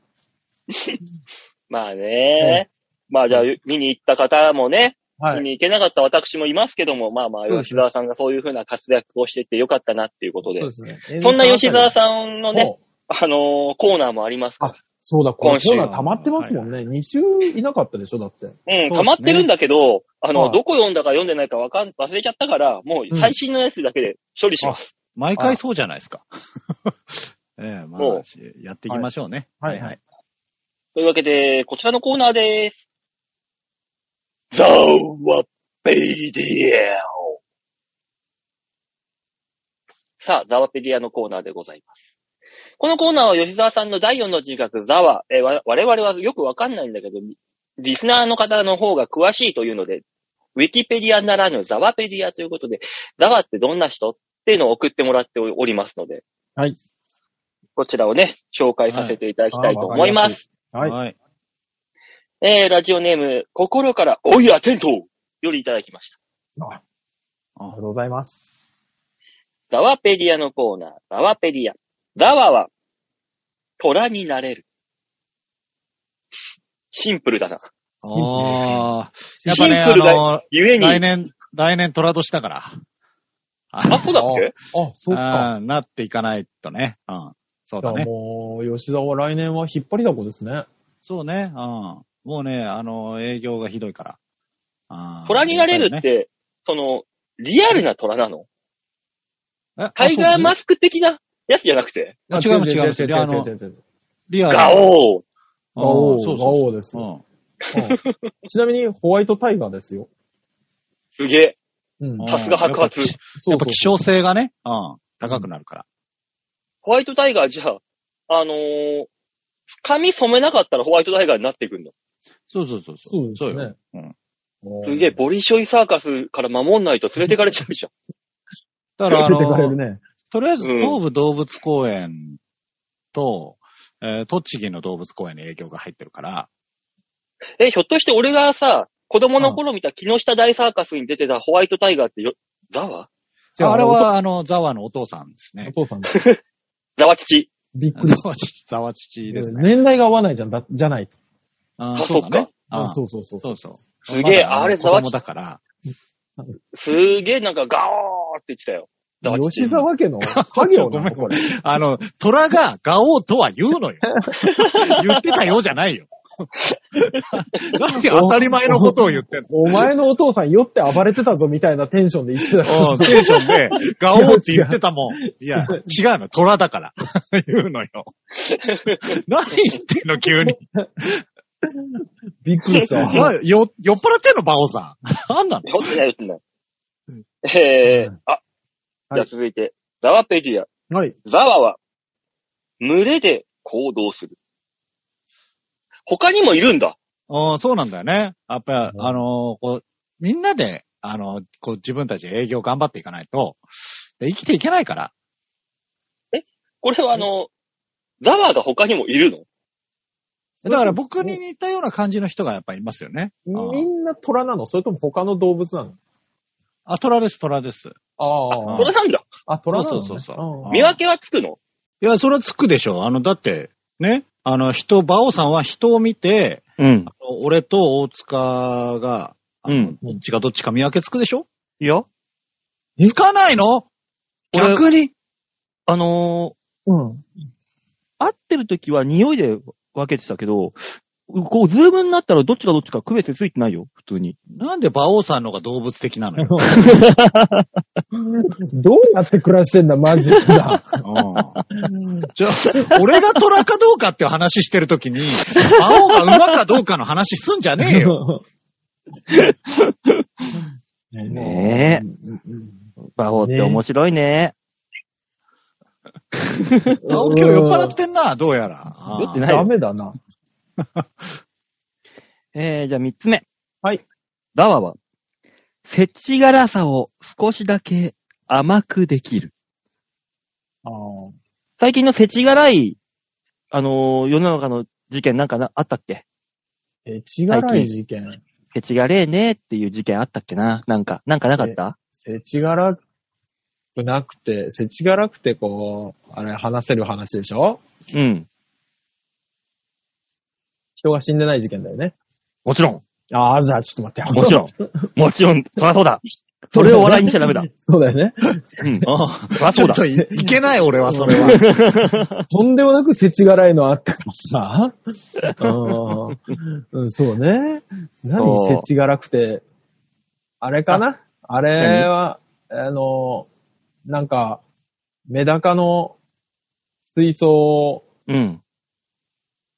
まあね。まあじゃあ、見に行った方もね、
は
見
い。
に行けなかった私もいますけども、まあまあ、
そうで
吉
す
沢さんがそういうふうな活躍をしててよかったなっていうことで。
すね。
そんな吉沢さんのね、
もう
あのーコーナーもありますから。
そうだ、この
今週
コーナー溜まってますもんね。2週いなかったでしょ、だって。
うん、
そうですね
溜まってるんだけど、あの、
はい
どこ読んだか読んでないかわかん、忘れちゃったから、もう最新のやつだけで処理します。
毎回そうじゃないですか。 [laughs] ええ、ま
そ
あ、しやっていきましょうね。
はい
はいはい。
というわけで、こちらのコーナーでーす。ザワペディアさあ、ザワペディアのコーナーでございます。このコーナーは吉沢さんの第4の人格、ザワ。えーわ我々はよくわかんないんだけど、リスナーの方の方が詳しいというので、ウィキペディアならぬザワペディアということで、ザワってどんな人っていうのを送ってもらっておりますので、
はい。
こちらをね、紹介させていただきたいと思います。
はい。
はい。
えー、ラジオネーム、心から、おいアテントよりいただきました。
あありがとうございます。
ザワペディアのコーナー、ザワペディア。ザワは、虎になれる。シンプルだな。
ああ。やっぱね、
シン
あ
プルだ
の、
ゆえに、
来年、来年虎年だから。
あ、
あ
そうだっけ
あ、そうか。
あーなっていかないとね。うん。そうだ
じゃあ
ね。
もう、吉田は来年は引っ張りだこですね。
そうね。うん。もうね、あの、営業がひどいから。あー
虎になれるっ、て、その、リアルな虎なの
え
タイガーマ
ス
スク的なやつじゃなくて、
あ違います違います
違う違う違う違う違う。
リアル。
ガオー
う
ガ
ん
オー、
そう
ガ
そう
オーです
そう。
よ。
うん
うんちなみに、ホワイトタイガーですよ。
すげえ。
うん。
さすが白髪
やっぱ
そう
やっぱ希少性がね、うん。高くなるから。
ホワイトタイガーじゃあ、あのー、髪染めなかったらホワイトタイガーになっていくんだ。
そうそうそう。
そうです
よ
ね。
うん。
すげえ、ボリショイサーカスから守んないと連れてかれちゃうじゃん。
だから、あ
出てかれ
の
る、ね。
とりあえず、
うん
東武動物公園と、えー栃木の動物公園に影響が入ってるから、
え、ひょっとして俺がさ、子供の頃見た木下大サーカスに出てたホワイトタイガーってよ、ザワ
じゃあ
あれは、あの、ザワのお父さんです
お
ね。
父さん、
ザワ父。
びっくりし
ザワ父、 [laughs] ザワ父ですね。
年代が合わないじゃん、だじゃないと。
あ
あ
そうだね。
あ
あそ
そうそうそう
うそう。
すげえ
まだ
あれ
子
ザワ
供だから。
すげえなんかガオーって言ってたよ。ザワ父。
吉沢家
[laughs]
の家業な
ご
の
めん
これ。
あの、虎がガオーとは言う
[laughs]
のよ。言ってたようじゃないよ。なんで当たり前のことを言ってんの
お前のお父さん酔って暴れてたぞみたいなテンションで言ってたから
うんテンションで、ガオーって言ってたもん。いや、違うの、虎だから。 [laughs] 言うのよ。何言ってんの、急
[laughs]
に。
[laughs] びっくりした。
[laughs] まあ、よ、酔っ払ってんの、バオさん。 [laughs] なんなの
酔ってない、酔ってない。えー
うん、
あ、じゃあ続いて、ザワペディア。
はい。
ザワは、群れで行動する。他にもいるんだ。
うんそうなんだよね。やっぱ、
うん
あのーこう、みんなで、あのーこう、自分たち営業頑張っていかないと、で生きていけないから。
これはあの、ザワが他にもいるの
だから僕に似たような感じの人がやっぱいますよね。
みんな虎なのそれとも他の動物なの
あ、虎です、虎です。
あ
これなんだ。
あ、虎なの、ね、
そうそうそうそう
うん
見分けはつくの
いや、それはつくでしょ。あの、だって、ね、あの、人、馬王さんは人を見て、
うん。
あの俺と大塚が、あの
うん
どっちがどっちか見分けつくでしょ
いや、
つかないの
俺
逆に
あの
うん。
ー
[laughs]
会ってる時は匂いで分けてたけど、こう、ズームになったらどっちがどっちか区別ついてないよ、普通に。
なんで馬王さんのが動物的なの
[laughs]
よ。
どうやって暮らしてんだ、マ
[laughs]
ジで。
うん [laughs] じゃあ、俺が虎かどうかっていう話してるときに、馬王が馬かどうかの話すんじゃね
[laughs]
えよ。
[laughs]
ねバオって面白いね。
え。
馬王今日酔っ払ってんな、どうやら。あー
酔ってない
ダメだな。
えー、じゃあ三つ目。
はい。
ダワは、せちがらさを少しだけ甘くできる。
あー
最近のせちがらい、あのー世の中の事件なんかなあったっけ
え、ちがらい事件。
せちがれえねっていう事件あったっけななんか、なんかなかった
せちがらくなくて、せちがらくてこう、あれ話せる話でしょ
うん。
人が死んでない事件だよね。
もちろん。
ああ、じゃあちょっと待ってよ。
も
[laughs]
ちろ
[laughs]
ん。もちろん。そりゃそうだ。それを笑いにしちゃダメだ。
そうだよね。
うん。
あ
そりゃ
ち
そう
ょっ
だ。
といいけない俺はそれは。
[laughs] とんでもなく世知辛いのあったからさ。うんうん、そうね。何
そう
世知辛くて。あれかなあれは、あの、なんか、メダカの水槽を
うん。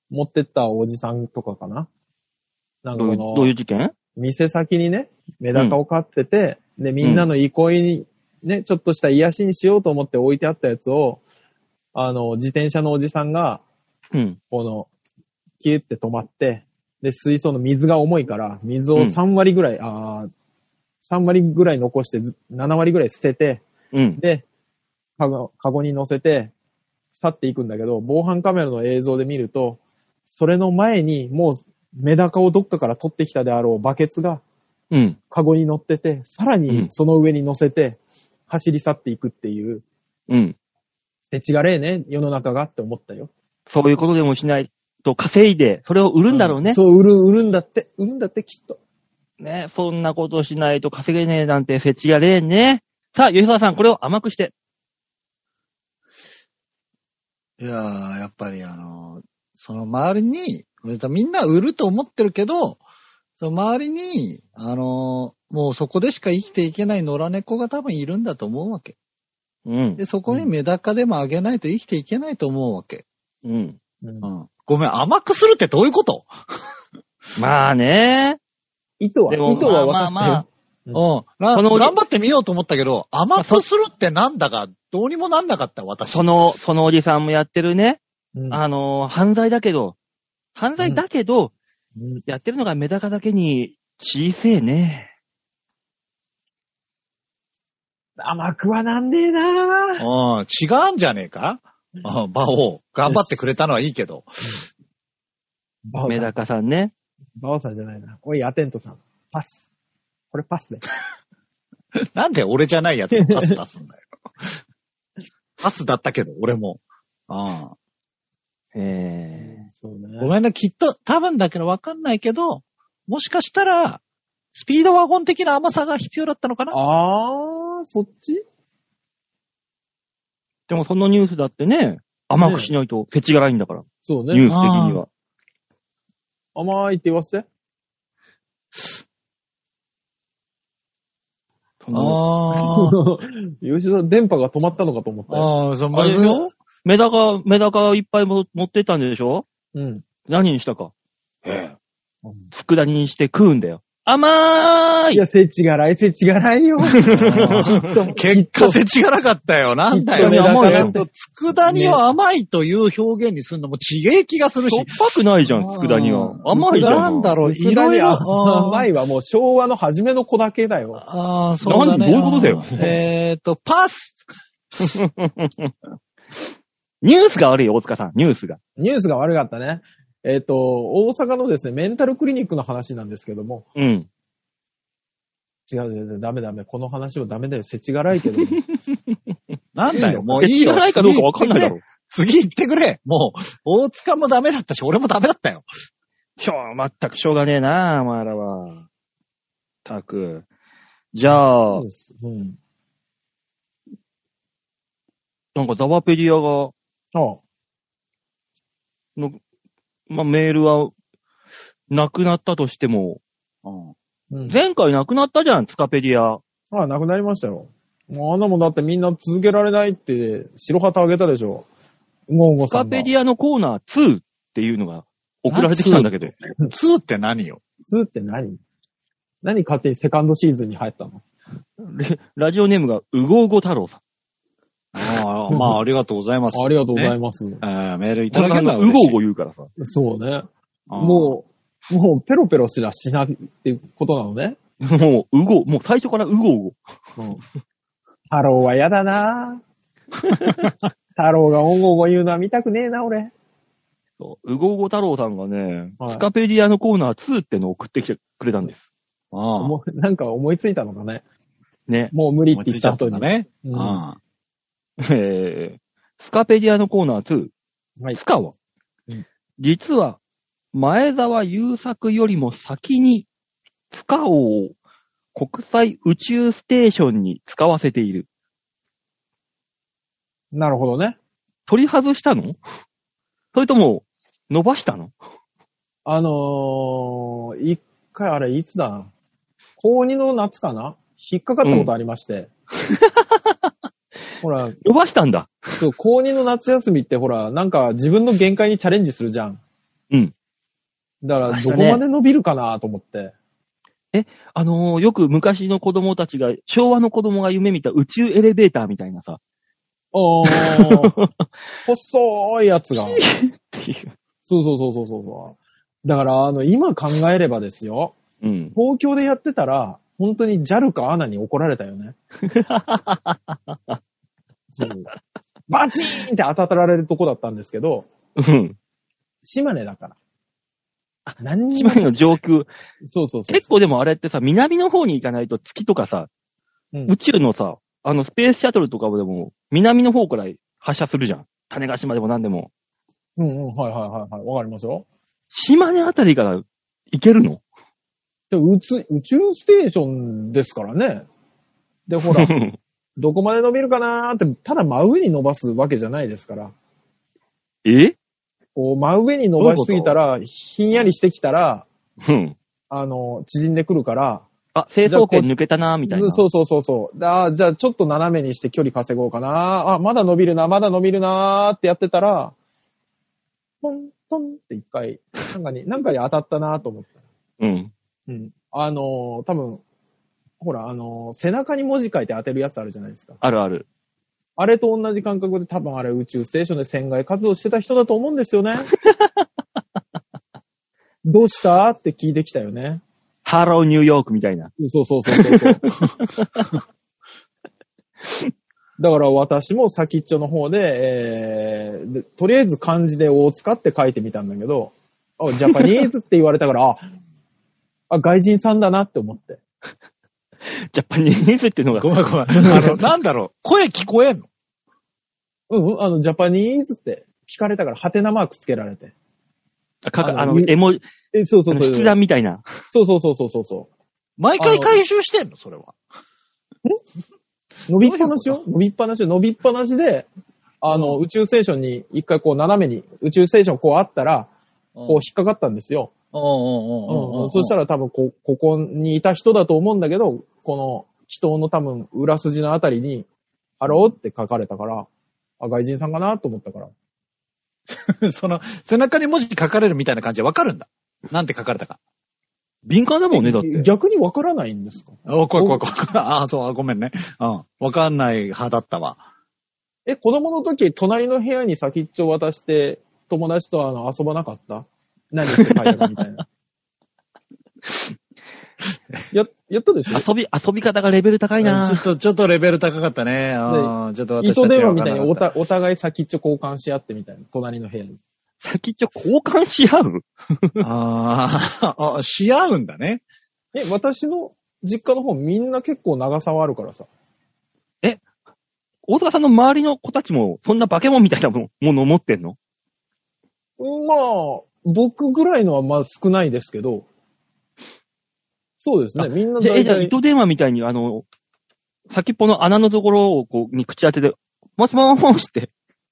持ってったおじさんとかかななんか
どう
こ
いう、
の
どういう事件
店先にね、メダカを飼ってて、で、みんなの憩いに、ね、ちょっとした癒しにしようと思って置いてあったやつを、あの、自転車のおじさんが、
うん。
この、キュって止まって、で、水槽の水が重いから、水を3割ぐらい、あー3割ぐらい残して、ず7割ぐらい捨てて、
うん。
で、カゴカゴに乗せて、去っていくんだけど、防犯カメラの映像で見ると、それの前に、もう、メダカをどっかから取ってきたであろうバケツが、
うん。
カゴに乗ってて、さら
うん
にその上に乗せて、走り去っていくっていう、
うん。
せちがれえね、世の中がって思ったよ。
そういうことでもしないと稼いで、それを売るんだろうね。
そう、売る、売るんだって、売るんだってきっと。
ね、そんなことしないと稼げねえなんてフェチやれえね。さあ、吉沢さん、これを甘くして。
いやー、やっぱりあの、その周りに、みんな売ると思ってるけど、その周りに、あの、もうそこでしか生きていけない野良猫が多分いるんだと思うわけ。
うん。
で、そこにメダカでもあげないと生きていけないと思うわけ。
うん。
うん
うん。ごめん、甘くするってどういうこと
まあね。
意図は、
でも
意図は分
ま
か
あ
っ
まあまあ
た
う
うんん。
な
その
頑張ってみようと思ったけど、甘くするってなんだか、どうにもなんなかった、私。
その、そのおじさんもやってるね。
よ。
あの、犯罪だけど、犯罪だけど、
うん
やってるのがメダカだけに小せえね。
甘くはなんねえなぁ。
うん、違うんじゃねえかうん、馬王。頑張ってくれたのはいいけど。
バオさ
メ
ん
ダ。カさんね。
バオさんじゃないな。おい、アテントさん。パス。これパスで。
なんで俺じゃないやつにパス出すんだよ。 [laughs] パスだったけど、俺も。うん。
え
そうね。
ごめんね、きっと、多分だけどわかんないけど、もしかしたら、スピードワゴン的な甘さが必要だったのかな
あー、そっち
ーでもそのニュースだってね、甘くしないとフェチがないんだから、
そう
ニュース。
ね
的には。
甘いって言わせて。
その
[laughs] あ
吉田、電波が止まったのかと思ったよ。
ああ、その
あ
ま
れ
ず
でしょメダカ、メダカいっぱいも持ってったんでしょ
うん。
何にしたか。
え
佃煮にして食うんだよ。甘ー
い
い [laughs]
や、せちがらい、せちがらい
[laughs]
よ。
結果、せちがなかったよ。なんだよ。
きっ
だ
とね甘
か
い
ら、
よ
つくだにを甘いという表現にするのもちげえ気がする
しょ
し
っ。ぱくないじゃん、佃煮は。甘いじゃん。
なんだろう、い
い
ろ
ろ
い
い
ろ。
ろ。
あー
甘いはもう昭和の初めの子だけだよ。
ああ、そうだ
何
ね。
どういうことだよ
えっと、パス
ニュースが悪いよ、大塚さん、ニュースが。
ニュースが悪かったね。えっ、と、大阪のですね、メンタルクリニックの話なんですけども、
うん。
[laughs]
違う違う違う、ダメダメ、この話はダメだよ、せちがらいけども。
なんだよ、もうい
知
いよ
ら。ないかどうかわかんないだろ。
次行ってくれ。もう、大塚もダメだったし、俺もダメだったよ。
しょう、全くしょうがねえな、お前らは。たく。じゃあ
そう、です。うん。
なんかザワペディアが、
ああ
の、まあ、メールは、なくなったとしても、
うん。
うん。
前回なくなったじゃん、ツカペディア。
ああ、なくなりましたよ。もうあんなもんだってみんな続けられないって、白旗あげたでしょ。うごうご
ツ
さ
カ
んが。
ペディアのコーナー2っていうのが送られてきたんだけど。
2って何よ。
2って何何勝手にセカンドシーズンに入ったの
レラジオネームが、うごうご太郎さん。
ああまあ、ありがとうございます。
ありがとうございます。
ああメールいた
俺
だけ
さんが
るのは
うごう
嬉しい
ご言うからさ。
そうね。
ああ
もう、もうペロペロすらしないっていうことなのね。
もう、うごう、もう最初からうごうご。
太郎は嫌だな太郎がオンゴゴ言うのは見たくねえな、俺。
そう、うごうご太郎さんがね、
はい
ツカペディアのコーナー2ってのを送ってきてくれたんです。
ああ
もうなんか思いついたのかね。
ね。
もう無理って
思い
言
つ
っ
いち
た
ゃった
後
ん
に。
だね。
う
うんん。あ
えー、スカペディアのコーナー2。
はい
スカは、
うん
実は、前澤友作よりも先に、スカ王を国際宇宙ステーションに使わせている。
なるほどね。
取り外したのそれとも、伸ばしたの
あのー、一回あれいつだ高2の夏かな引っかかったことありまして。
[laughs]
ほら、
伸ばしたんだ。
そう、高2の夏休みってほら、なんか自分の限界にチャレンジするじゃん。
うん。
だか
あ
ら、
し
ど
た
こ
ね
まで伸びるかなと思って。
あのーよく昔の子供たちが、昭和の子供が夢見た宇宙エレベーターみたいなさ、
おー、
[laughs]
細いやつが。
っていう。
そうそうそうそうそうそう。だから、あの、今考えればですよ。
うん。
東京でやってたら、本当に JAL か ANA に怒られた
[laughs]
よね。そうバチーンって当たられるとこだったんですけど、
うん。
島根だから。何にも
島。根の上空、
そうそうそう
結構でもあれってさ、南の方に行かないと月とかさ、
うん
宇宙のさ、あのスペースシャトルとかもでも、南の方から発射するじゃん。種子島でも何でも。
うんうん、はいはいはいはい。わかりますよ。
島根あたりから行けるの
でも宇宙宇宙ステーションですからね。で、
[laughs]
ほら、どこまで伸びるかなーって、ただ真上に伸ばすわけじゃないですから。
え
こう、真上に伸ばしすぎたら、ひんやりしてきたら、
うん。
あの、縮んでくるから、
あ、成層圏抜けたな、みたいな。
そうそうそうそう。あーじゃあちょっと斜めにして距離稼ごうかな。あ、まだ伸びるな、まだ伸びるなーってやってたら、ポン、ポンって一回、なんかに、なんかに当たったなーと思って。
うん。
うん。あのー多分、ほら、あのー背中に文字書いて当てるやつあるじゃないですか。
あるある。
あれと同じ感覚で多分あれ宇宙ステーションで船外活動してた人だと思うんです
[laughs]
よね。どうしたって聞いてきたよね。
ハローニューヨークみたいな。
そうそうそうそうそう。だから私も先っちょの方で、えーでとりあえず漢字で大塚って書いてみたんだけど、あジャパニーズって言われたから、あ、あ外人さんだなって思って。
ジャパニーズっていうの
ご
が、
めんごめん。あの、なんだろう。声聞こえんの
うんうん、あの、ジャパニーズって聞かれたから、ハテナマークつけられて。
あか
あの
あの、絵文字、
え、そう
あ
そう
の
そう。
筆談みたいな。
そうそうそうそうそうそ
毎回回収してんのそれは。
う。伸びっぱなしよ伸びっぱなしよ伸びっぱなしで、あの、宇宙ステーションに一回こう斜めに、宇宙ステーションこうあったら、こう引っかかったんですよ。うんそした
ら、
ら多分こ、ここにいた人だと思うんだけど、この、祈祷の多分、裏筋のあたりに、ハローって書かれたから、あ、外人さんかなと思ったから。
[laughs] その、背中に文字書かれるみたいな感じでわかるんだ。なんて書かれたか。
敏感だもんね、だって。
逆にわからないんですか
お怖い怖い怖い。 [laughs] ああ、そう、あごめんね。うん。わかんない派だったわ。
え、子供の時、隣の部屋に先っちょ渡して、友達とあの、遊ばなかった何って書いたかみたいな。や、やったでしょ
遊び、遊び方がレベル高い
ちょ
な
っと、ちょっとレベル高かったね。うん。ちょっと私たち
糸
は
電話みたいに
わ
お
からなかった
お互い先っちょ交換し合ってみたいな。隣の部屋に。
先っちょ交換し合う
たあーあ、し合うんだね。
え、私の実家の方みんな結構長さはあるからさ。
大塚さんの周りの子たちも、そんな化け物みたいなものもの持ってんの
まあ、僕ぐらいのはまあ少ないですけど、そうですね、みんな
じゃあ、え
大
じゃあ、
体、
糸電話みたいに、あの、先っぽの穴のところを、こう、に口当てて、もしもーしって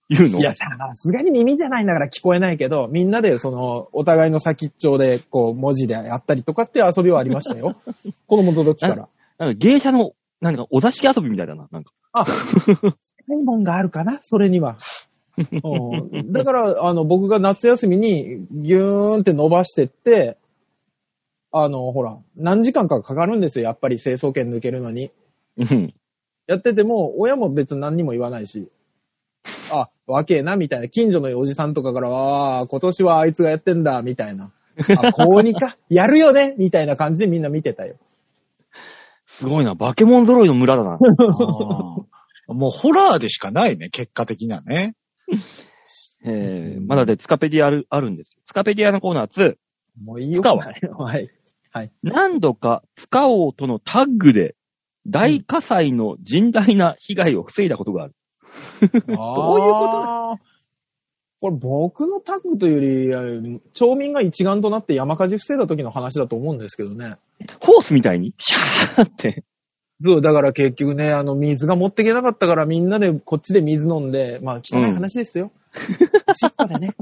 言うの
いや、さすがに耳じゃないんだから聞こえないけど、みんなでその、お互いの先っちょで、こう、文字でやったりとかっていう遊びはありました [laughs] よ。子供の時から。
なんか芸者の、なんかお座敷遊びみたいだな、なんか。
あ、近いもんがあるかなそれに [laughs] は。うんだから、あの、僕が夏休みにギューンって伸ばしてって、あの、ほら、何時間かかかるんですよ、やっぱり清掃券抜けるのに。
うん。
やってても、親も別に何にも言わないし、あ、わけえな、みたいな。近所のおじさんとかから、ああ、今年はあいつがやってんだ、みたいな。あ、高2か。 [laughs] やるよね、みたいな感じでみんな見てたよ。
すごいな、化け物揃いの村だ [laughs] な。
あーもうホラーでしかないね、結果的にはね。
えー、まだで、スカペディアある、あるんです。スカペディアのコーナー2。
もういいよ。
使う
[laughs] はい。
何度か、スカオとのタッグで、大火災の甚大な被害を防いだことがある。
どういうことこれ僕のタッグというより、町民が一丸となって山火事防いだ時の話だと思うんですけどね。
ホースみたいに、シャーって。
そう、だから結局ね、あの、水が持っていけなかったからみんなでこっちで水飲んで、まあ汚い話ですよ。しっからね、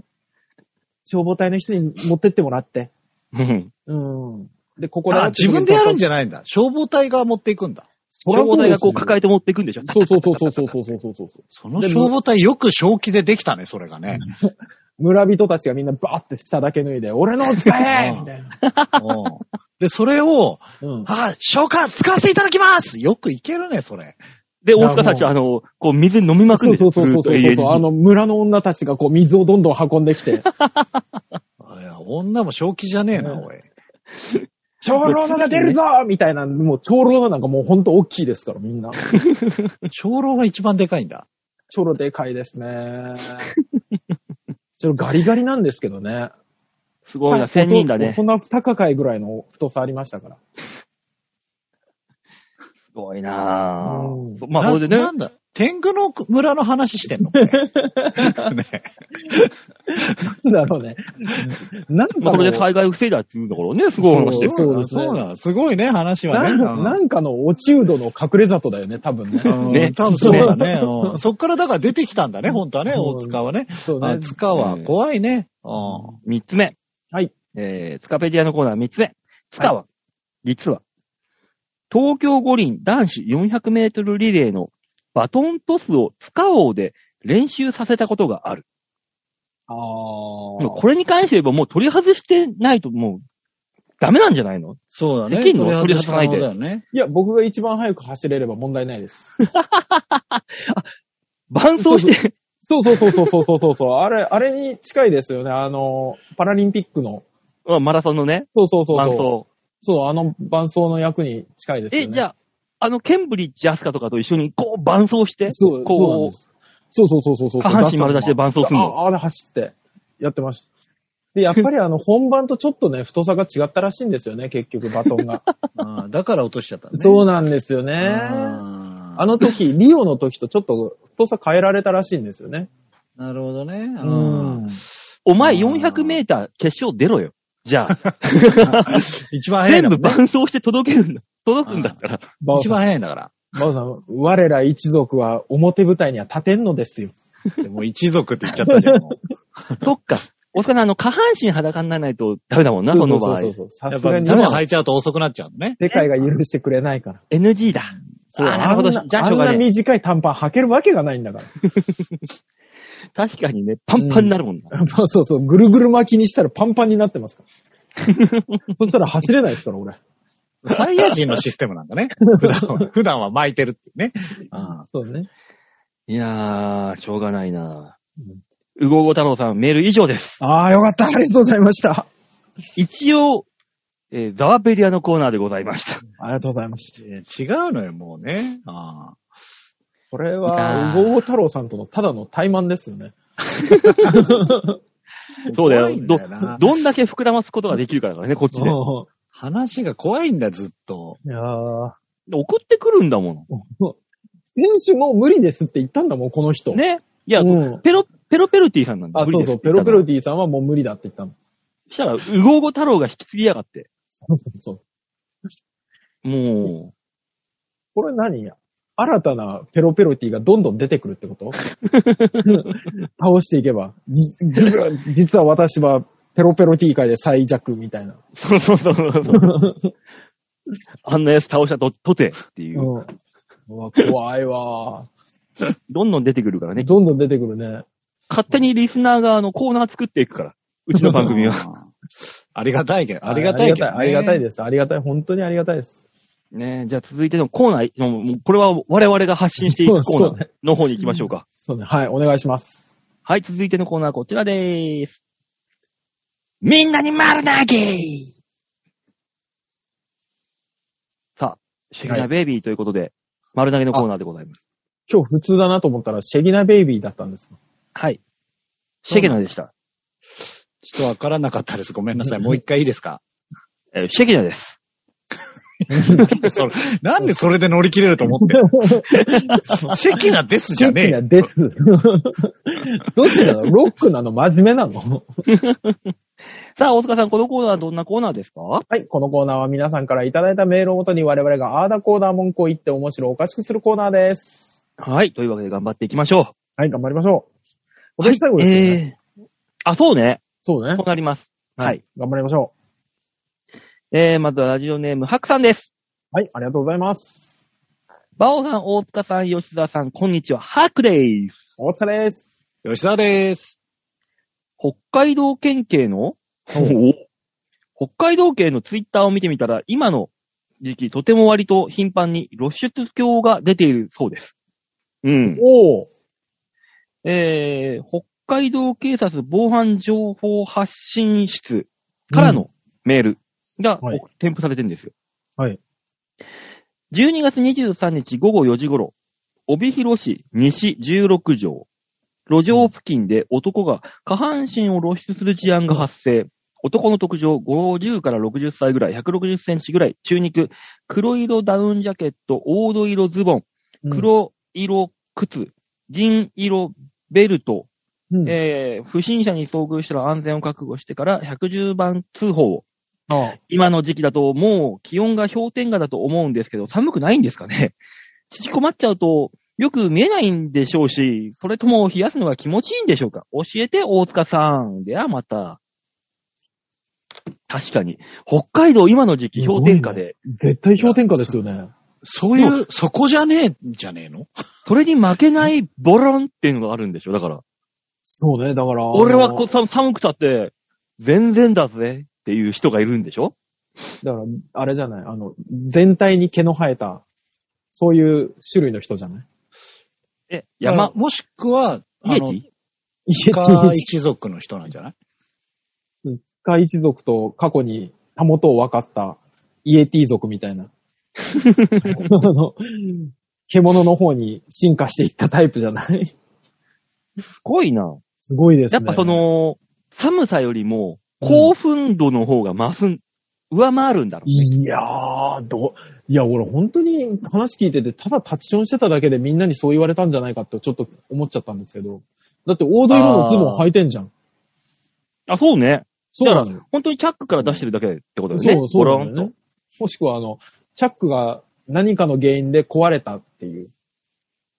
消防隊の人に持ってってもらって。
うん。
うん。で、ここ
あ、自分でやるん
ゃ、
じゃないんだ。消防隊が持っていくんだ。
消防隊がこう抱
え
えて持っていくんでしょ。
そうそうそうそうそうそうそうそうそう。
その消防隊よく正気でできたね、それがね。
村人たちがみんなバーって下だけ脱いで、俺のを使え
うん
みたいな。
うんで、それを、
うん。
あ、消火使わせていただきますよくいけるね、それ。
で、大塚さんちは、あの、こう、水飲みまく
そ
んで
うそうそうそうそうそうあ
あの、
の、村の女たちがこう水をどんどん運んできて、
いや、女も正気じゃねえな、
うん
おい。
長老のが出るぞみたいな、もう長老のなんかもうほんと大きいですから、みんな。
長老が一番でかいんだ。
ちょろでかいですね。ちょろガリガリなんですけどね。
すごいな、千人だね
そ。んな高かいぐらいの太さありましたから。
すごいな
うん
ぁ。まあ、それで
な
ね
な、んだ、天狗の村の話してんのこれね
なんだろうね。なん
まあ、
か
それで
の、
災害を防いだっていうんだからね、すごい話で
え
す。
そうですね
そうなの。すごいね、話はね。
なんかなんかの落ちうどの隠れ里だよね、多分ね。
うん
ね
多分そうだね。うんそっからだから出てきたんだね、本当はね、
うん
大塚はね。
そう
あ
ね。
塚は怖いね。うん
三つ目。
はい。
えー、スカペディアのコーナー三つ目。スカは、実は、東京五輪男子400メートルリレーのバトントスを塚王で練習させたことがある。
ああ。
これに関して言えばもう取り外してないともうダメなんじゃないの
そうだね。
できんの
取り外し可能だよね。
いや、僕が一番早く走れれば問題ないです。
伴走して、
そうそうそうそうそうそうそう。あれ、あれに近いですよね。あの、パラリンピックの。
[laughs] うんマラソンのね、
そうそうそう
伴
そう。
走。
そう、あの伴走の役に近いですよね。
え、じゃあ、あの、ケンブリッジアスカとかと一緒にこう伴走して、
そう、
こう
そうなんです。そうそうそうそうそう。
下半身丸出しで伴走するの。
ああれ走って、やってました。で、やっぱり
[laughs]
あの、本番とちょっとね、太さが違ったらしいんですよね、結局、バト
[laughs]
ンが。
うんだから落としちゃったんだね。
そうなんですよね。あ
あ
の時、リオの時とちょっと太さ変えられたらしいんですよね。
なるほど
う
ね。うん。
お前400メーター決勝出ろよ。じゃあ、
一番早い
全
んだも
部
んね
伴走して届けるんだ。届くんだったら。
バオ
一
さん
番、早いんだから。
バオさん、我ら一族は表舞台には立てんのですよ。
でもう一族って言っちゃったじゃん。もう
そっか。大塚さん、あの、下半身裸にならないとダメだもんな、その場合
そう。そうそうそう。
や
[laughs] さ
っ
すが
ぱ
に
ズボン履いちゃうと遅くなっちゃうのね。
世界が許してくれないから。
NG だ。
そう
あーなるほど
あん
じゃあ
あ
しょ
ん
うがねえ
な短い短パン履けるわけがないんだから。
確かにね、パンパンになるもんな。
まあそうそう、ぐるぐる巻きにしたらパンパンになってますから。そしたら走れないですから、俺。
サイヤ人のシステムな
[laughs]
んだね。普段は普段は巻いてるっていうね。あ
そうね。
いやー、しょうがないな。うごうご太郎さん、メール以上です。
ああ、よかった。ありがとうございました。
一応、えーザワペリアのコーナーでございました。
ありがとうございました。
ー違うのよ、もうね。あ
これ
いや
は、
ー
ゴーゴ太郎さんとのただの怠慢ですよね。
ー
そうだ
怖い
よ。
ん
ど
よな、
どんだけ膨らますことができるかだからね、こっちで。
う
話が怖いんだよ、ずっと。
んいやー
送ってくるんだもの。
練習もう無理ですって言ったんだもん、この人。。
ね。いうや、
ん。
ペロ、ペロペロティさんなんだ。
あ、
無
そ
理で
う
す
そう、ペロペロ
言
ティさんはもう無理だって言ったの。
ったのしたら、うごうご太郎が引き継ぎやがって。
そうそうそう。
も
これ何や新たなペロペロティがどんどん出てくるってこと
[laughs]
倒していけば。じ実は私はペロペロティ界で最弱みたいな。 [laughs]
う、そうそうそうそう。あんなやつ倒したと、とてっていうう。
ん。うわ怖いわ。
どんどん出てくるからね。
どんどん出てくるね。
勝手にリスナー側のコーナー作っていくから。うちの番組は。
は。ありがたいけど、ありがたいけど、
ありがたいありがたいです。ありがたい。本当にありがたいです。
ねじゃあ続いてのコーナー、もうもうこれは我々が発信していくコーナ
そう
ー
ね
の方に行きましょうか。
そうね。はい、お願いします。
はい、続いてのコーナーはこちらでーす。みんなに丸投げさあ、シェギナベイビーということで、丸投げのコーナーでございます。
今日普通だなと思ったらシェギナベイビーだったんです。
はい。シェギナでした。
ちょっとわからなかったです。ごめんなさい。もう一回いいですか
えーシェギナです。
それなんでそれで乗り切れると思ってんのシェキナですじゃねえよ。
です。
[laughs]
どっちなのロックなの真面目なの
さあ、大塚さん、このコーナーはどんなコーナーですかは
はい、このコーナーは皆さんからいただいたメールをもとに我々がアーダコーナー文句を言って面白おかしくするコーナーです。
い。というわけで頑張っていきましょう。
はい、頑張りましょう。今
はい
年最後ですよね。
えーあ、そうね。
そうね
そう。なります。はい。
頑張りましょ
えー、まずはラジオネーム、ハクさんです。
う。はい、ありがとうございます。
バオさん、大塚さん、吉沢さん、こんにちは。ハクです。
お疲れです。
吉沢です。
北海道県警の、北海道警のツイッターを見てみたら、今の時期、とても割と頻繁に露出狂が出ているそうです。うん。
おー。
えー、北海道警察防犯情報発信室からのメールが、
はい
こう添付されてるんですよ。
はい。
12月23日午後4時頃、帯広市西16条、路上付近で男が下半身を露出する事案が発生。男の特徴、50から60歳ぐらい、160センチぐらい、中肉、黒色ダウンジャケット、黄土色ズボン、黒色靴、銀色ベルト、
うん、
えー不審者に遭遇したら安全を確保してから110番通報を。
ああ
今の時期だともう気温が氷点下だと思うんですけど、寒くないんですかね [laughs] 縮こまっちゃうとよく見えないんでしょうし、それとも冷やすのが気持ちいいんでしょうか教えて大塚さん。ではまた。確かに。北海道今の時期氷点下で、
絶対氷点下ですよね。
そういう、そこじゃねえんじゃねえの
それに負けないボロンっていうのがあるんでしょだから。
そうね、だから。
俺はこさ寒くたって、全然だぜっていう人がいるんでしょ
だから、あれじゃない、あの、全体に毛の生えた、そういう種類の人じゃない
え、山
だか、らもしくは、あ
家
の、
地
イ
カ一族の人なんじゃない
カ一族と過去にたもとを分かったイエティ族みたいな。 [laughs] あの獣の方に進化していったタイプじゃない
すごいな。
すごいです
や
ね。
っぱそ、の、寒さよりも、興奮度の方が増すん、上回るんだろう。
いやー、どう、いや、俺本当に話聞いてて、ただタッチションしてただけでみんなにそう言われたんじゃないかってちょっと思っちゃったんですけど。だって、黄土色のズボン履いてんじゃん。
あ、そうね。
そうなのよ。
本当にチャックから出してるだけってことですね。
そう、そう
ボロ
なの
ン
よ
と
ね。。もしくは、あの、チャックが何かの原因で壊れたっていう。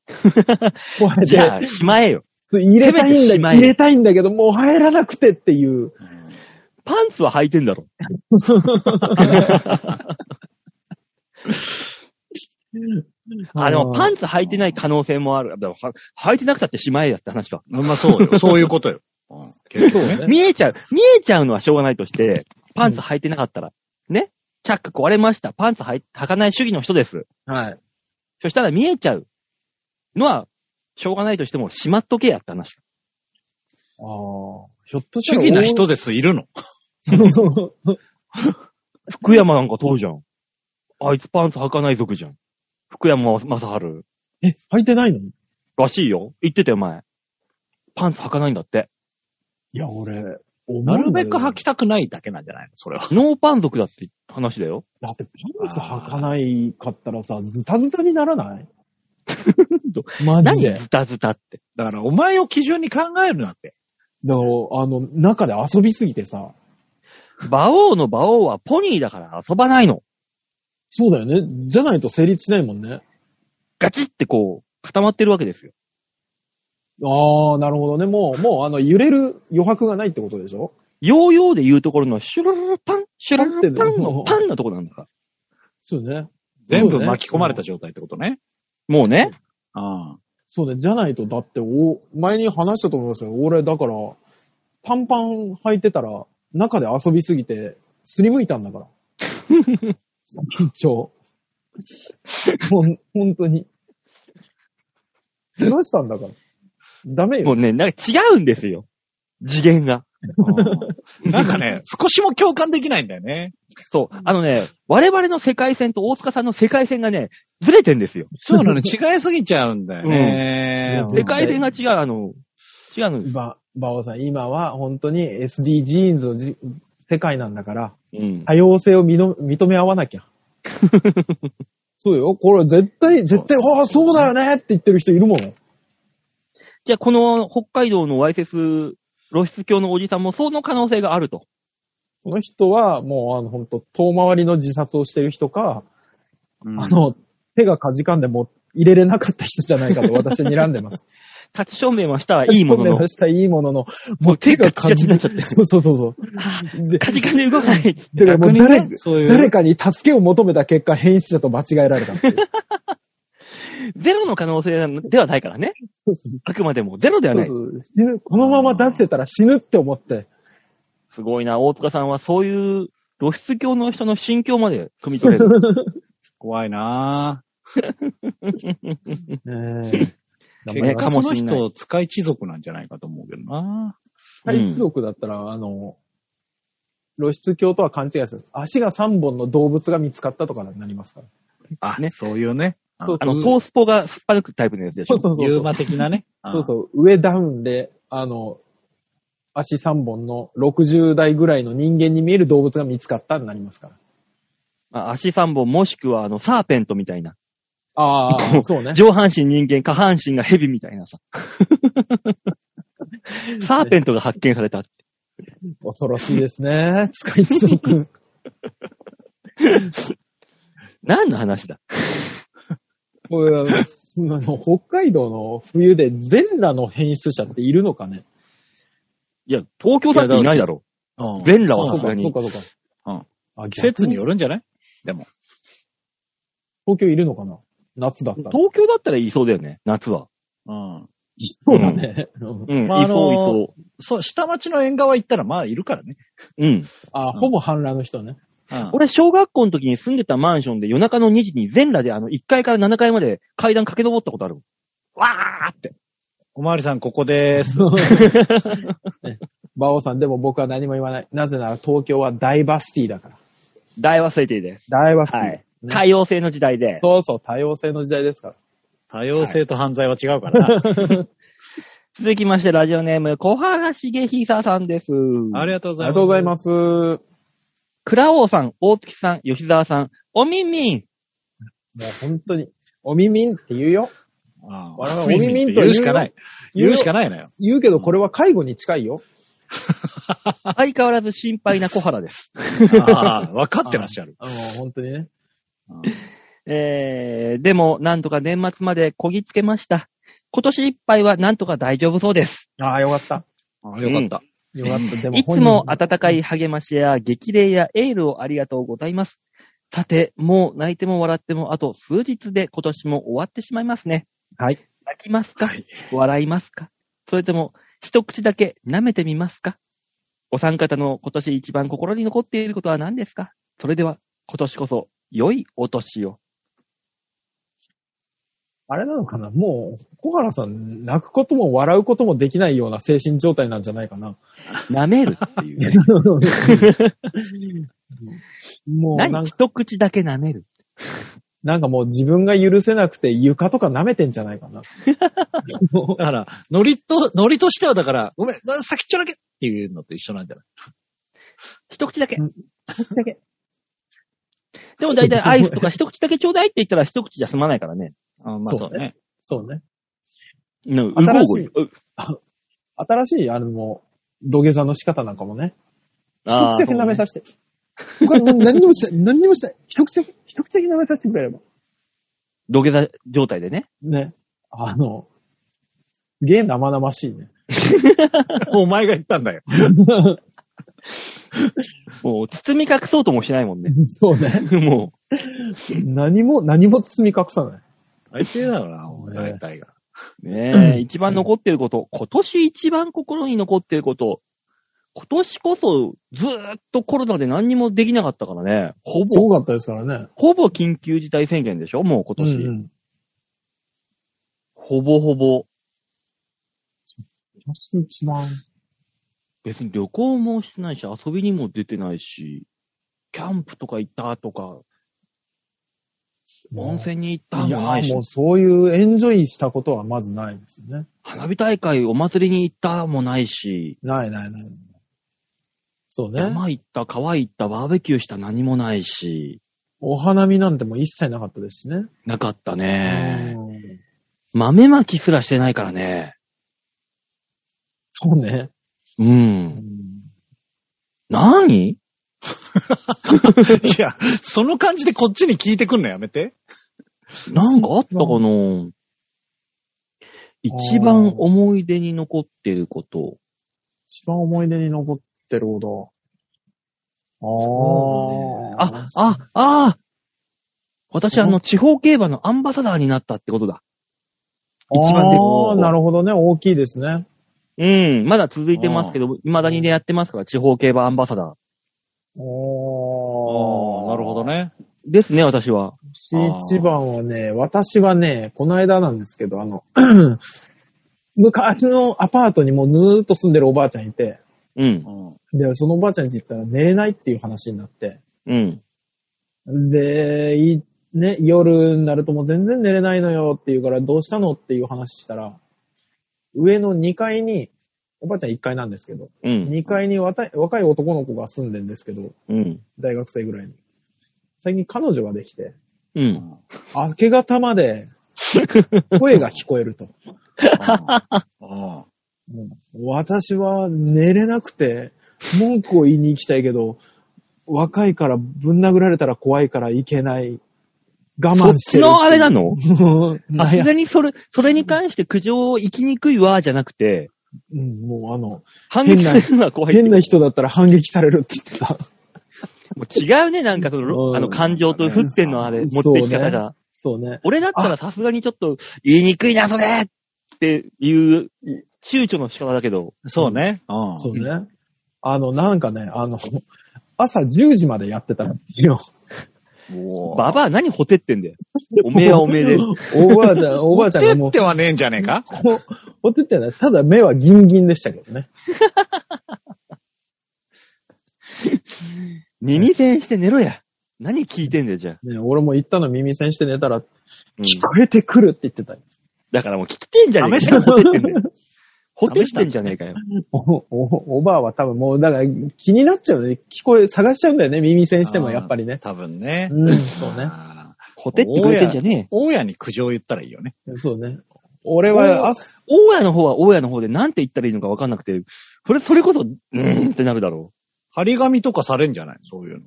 壊れ
じ
て、
ゃあ、しまえよ。
入れたいん
せめてし
だ、
まえ
入れたいんだけど、もう入らなくてっていう。
パンツは履いてんだ
[laughs]
ろ。あ、でもパンツ履いてない可能性もある。でもは履いてなくたってしまえやって話か。
まあそうよ。そういうことよ。うん結局
そう
ね
ね
見えちゃう、見えちゃうのはしょうがないとして、パンツ履いてなかったら、ね、チャック壊れました、パンツ履い履かない主義の人です。
はい。
そしたら見えちゃうのは、しょうがないとしても、しまっとけやって話。
ああ、ひょっとした
主
ら。
義な人です、いるの。
そうそう。
福山なんかそうじゃん。あいつパンツ履かない族じゃん。福山雅治。
え、履いてないのい
らしいよ。言ってたよ、前。パンツ履かないんだって。
や、俺、
なるべく履
き。
きたくないだけなんじゃないのそれは。
ノーパン族だって話だよ。
だってパンツ履かないかったらさ、ズタズタにならないマジ
何
で。
ズタズタって。
だから、お前を基準に考えるなって。
だから、あの、中で遊びすぎてさ。
馬王の馬王はポニーだから遊ばないの。
そうだよね。じゃないと成立しないもんね。
ガチってこう、固まってるわけですよ。
ああ、なるほどね。もう、もう、あの、揺れる余白がないってことでしょ
ヨーヨーで言うところのシュルルルパン、シュルルルパン
も
の
う
パンのとこなんだから。
そうね。
全部巻き込まれた状態ってことね。
もうね。
あ
そうね。じゃないと、だって、お、前に話したと思いますよ。俺、だから、短パン履いてたら、中で遊びすぎて、すりむいたんだから。 [laughs] 緊張。もう、本当に。どうしたんだから。ダメ
もう
よ。
ね、なんか違うんですよ。次元が。
あ。なんかね、少しも共感できないんだよね。
そう。あのね、我々の世界線と大塚さんの世界線がね、ずれてんですよ。
そうなの、違いすぎちゃうんだよね。
うん
世界線が違う、あの、違うのです。
ば、ばおさん、今は本当に SDGs のじ世界なんだから、
うん。
多様性をみの認め合わなきゃ。そうよ。これ絶対、絶対、ああ、そうだよねって言ってる人いるもん。
じゃあ、この北海道のワイセス露出狂のおじさんもその可能性があると。
この人はもう、あの、本当遠回りの自殺をしてる人か、
うん
あの、手がかじかんでも入れれなかった人じゃないかと私は睨んでます。
立ち証明はしたらいいもの
睨んで
の
ま、した、いいものの、もう手がかじ
手がカチカチになっちゃって
そうそうそうそう。で
カチカチで動かないっつって。
だからも
逆
う
に
誰、
ね、そういう。
誰かに助けを求めた結果、変質者と間違えられたっていう。
ゼロの可能性ではないからね。あくまでもゼロではない
そ。うそう死ぬこのまま出してたら死ぬって思って。
すごいな、大塚さんはそういう露出狂の人の心境まで汲み取れる。
怖いな
[laughs] ねえ。
ね
結
か
果
も
そ
し
の
んない
人、使い一族なんじゃないかと思うけどな
体質族だったら、あの、露出狂とは勘違いする。足が3本の動物が見つかったとかになりますから。
あ、
ね
そういうね。
あの、トースポがすっぱ抜くタイプのやつでしょ。
そうそう
ユ
そ
ー
う。
マ的なね。
そうそう。上ダウンで、あの、足3本の60代ぐらいの人間に見える動物が見つかったになりますから。
あ足3本もしくはあの、サーペントみたいな。
ああ、そうね。
上半身人間、下半身がヘビみたい
[laughs]
なさ。サーペントが発見された。
恐ろしいですね。 [laughs] 使い一族。
何の話だ
これあのあの北海道の冬で全裸の変質者っているのかね
いや、東京だっていないだろ。
うん。
全裸はそう
そ
う
か、
だ
そ
ね
うか、そうか。
うん
あ
季節に
逆
よるんじゃないでも。
東京いるのかな夏だったら。
東京だったらいそうだよね、夏は。
うん。
そうだね。うん
うん、
まあ
いそうい
あのー
そ
そう、下町の縁側行ったら、まあ、いるからね。
う。うん。
あ、ほぼ反乱の人ね。
うん
俺、小学校の時に住んでたマンションで夜中の2時に全裸であの1階から7階まで階段駆け上ったことあるもん。わーって。
おまわりさん、ここでーす。
馬王さん、でも僕は何も言わない。なぜなら東京はダイバーシティだから。
大忘れてです。
ダイバーシティ。
はい。
ね
多様性の時代で。
そうそう、多様性の時代ですから。
多様性と犯罪は違うか
[laughs]
らな。
続きまして、ラジオネーム、小原茂久さんです。
ありがとうご
あり
ざいます。
がとうございます。も
倉王さん、大月さん、吉沢さん、おみんみん。
う本当に。お耳んって言うよ。
ああ。
我々
ウィンウ
ウィ
ィン
ンウィン
って言うしかない。
言うよ
言うしかない [laughs] のよ。
言うけど、これは介護に近いよ。
相変わらず心配な小原です。
ああ、分かってらっしゃる。
あの、本当にね。
えー、でも、なんとか年末までこぎつけました。今年いっぱいはなんとか大丈夫そうです。
ああ、よかった。
ああ、よかった。
よかった。でも
いつ
本人
も温かい励ましや激励やエールをありがとうございます。さて、もう泣いても笑ってもあと数日で今年も終わってしまいますね。
はい。
泣きますか
はい。
笑いますかそれとも、一口だけ舐めてみますかお三方の今年一番心に残っていることは何ですかそれでは、今年こそ、良いお年を。
あれなのかなもう、小原さん、泣くことも笑うこともできないような精神状態なんじゃないか [laughs] な。
舐めるっていうね。
もうな
何
んか、
一口だけ舐める。
なんかもう自分が許せなくて床とか舐めてんじゃないかな。
だから、ノリと、ノリとしてはだから、ごめん、先っちょだけっていうのと一緒なんじゃない
一口だけ。
うん
一口だけ。でも大体アイスとか一口だけちょうだいって言ったら一口じゃ済まないからね。
[laughs] あまあそうね。
そうね。
うん、うごう
新し
ご
い
い。う
新しい、あの、土下座の仕方なんかもね。一
あ
口
ー
だけ舐めさせて。
他に何にもしたい。何にもしたい。一口だけ、一口だけ舐めさせてくれれば。
土下座状態でね。
ね。あの、すげえ生々しいね。
お前が言ったんだよ。
もう、包み隠そうともしないも
[laughs]
んね。
そうね。
も
何も、何も包み隠さない。
大抵だろうな、お
ね
前大体が。 [laughs]
う、ねえ、一番残ってること、今年一番心に残ってること、今年こそずーっとコロナで何にもできなかったからね、ほ
す
ぼ、
ごかったですからね。
ほぼ緊急事態宣言でしょもう今年、
ん。
ほぼほぼ。
今年一番。
別に旅行もしてないし、遊びにも出てないし、キャンプとか行ったとか、温泉に行った
いや
もないし、
もうそういうエンジョイしたことはまずないですね。
花火大会お祭りに行ったもないし、
ないないない。そうね。
山行った、川行った、バーベキューした何もないし、
お花見なんてもう一切なかったですしね。
なかったね。
うん
豆まきすらしてないからね。
そうね。
う。
うんん
何
いや、その感じでこっちに聞いてくんのやめて。
なんかあったかな一番思い出に残ってること。
一番思い出に残ってるほど。ああ、
あ、あ、ああ私、あの、地方競馬のアンバサダーになったってことだ。一番で
ああ、なるほどね。大きいですね。
うん。まだ続いてますけど、未だにね、やってますから、地方競馬アンバサダ
ああ
お
ー、なるほど。ね。
ー。ですね、私は。
一番はね、私はね、この間なんですけど、あの、 [clears throat] 昔のアパートにもうずーっと住んでるおばあちゃんいて、
うん。
で、そのおばあちゃんに言ったら寝れないっていう話になって、
うん。
で、いね、夜になるともう全然寝れないのよって言うから、どうしたのっていう話したら、上の2階に、おばあちゃん1階なんですけど、
うん。
2階にわた若い男の子が住んでんですけど、
うん。
大学生ぐらいに。最近彼女ができて、 [laughs]
うん。
明け方ま
[laughs]
で声が聞こえると。
うん
私は寝れなくて、文句を言いに行きたいけど、若いからぶん殴られたら怖いから行けない。我
そ
慢
っ
して
ち
る。
のあれなの
もう
あ、
悩
すでにそれ、それに関して苦情を行きにくいわ、じゃなくて、
うんもうあの、
反撃されるのは怖いって
変な人だったら反撃されるって言ってた。
もう違うね、なんかその、
うん
あの、感情と沸点のあれ、持ってき方が。
そうね。
俺だったらさすがにちょっと、言いにくいな、それっていう、躊躇の仕方だけど。
そうね。うん
そうね。あの、なんかね、あの、朝10時までやってたんですよ。
おー
ババア何ほてってんだよ。おめえはおめえで。
おばあちゃ [laughs] ん、おばあちゃんがも
持
う
っ、てってはねえんじゃねえか
ほほってってない。ただ目はギンギンでしたけどね。
耳栓して寝ろや。何聞いてんだよ、じゃあ。
ね俺も行ったの耳栓して寝たら、聞
うん
こえてくるって言ってたよ。
だからもう聞いてんじゃねえかよ。ほてってんだよ。ほてってんじゃねえかよ。
お、お、おばあは多分もう、だから気になっちゃうね。聞こえ、探しちゃうんだよね。耳栓してもやっぱりね。
多分ね。
うん、そうね。
あー。
ほてってくれてんじゃねえ。
大家に苦情言ったらいいよね。
そうね。俺は、あ
大家の方は大家の方で何て言ったらいいのか分かんなくて、それ、それこそ、うーんってなるだろ
張り紙とかされんじゃないそういう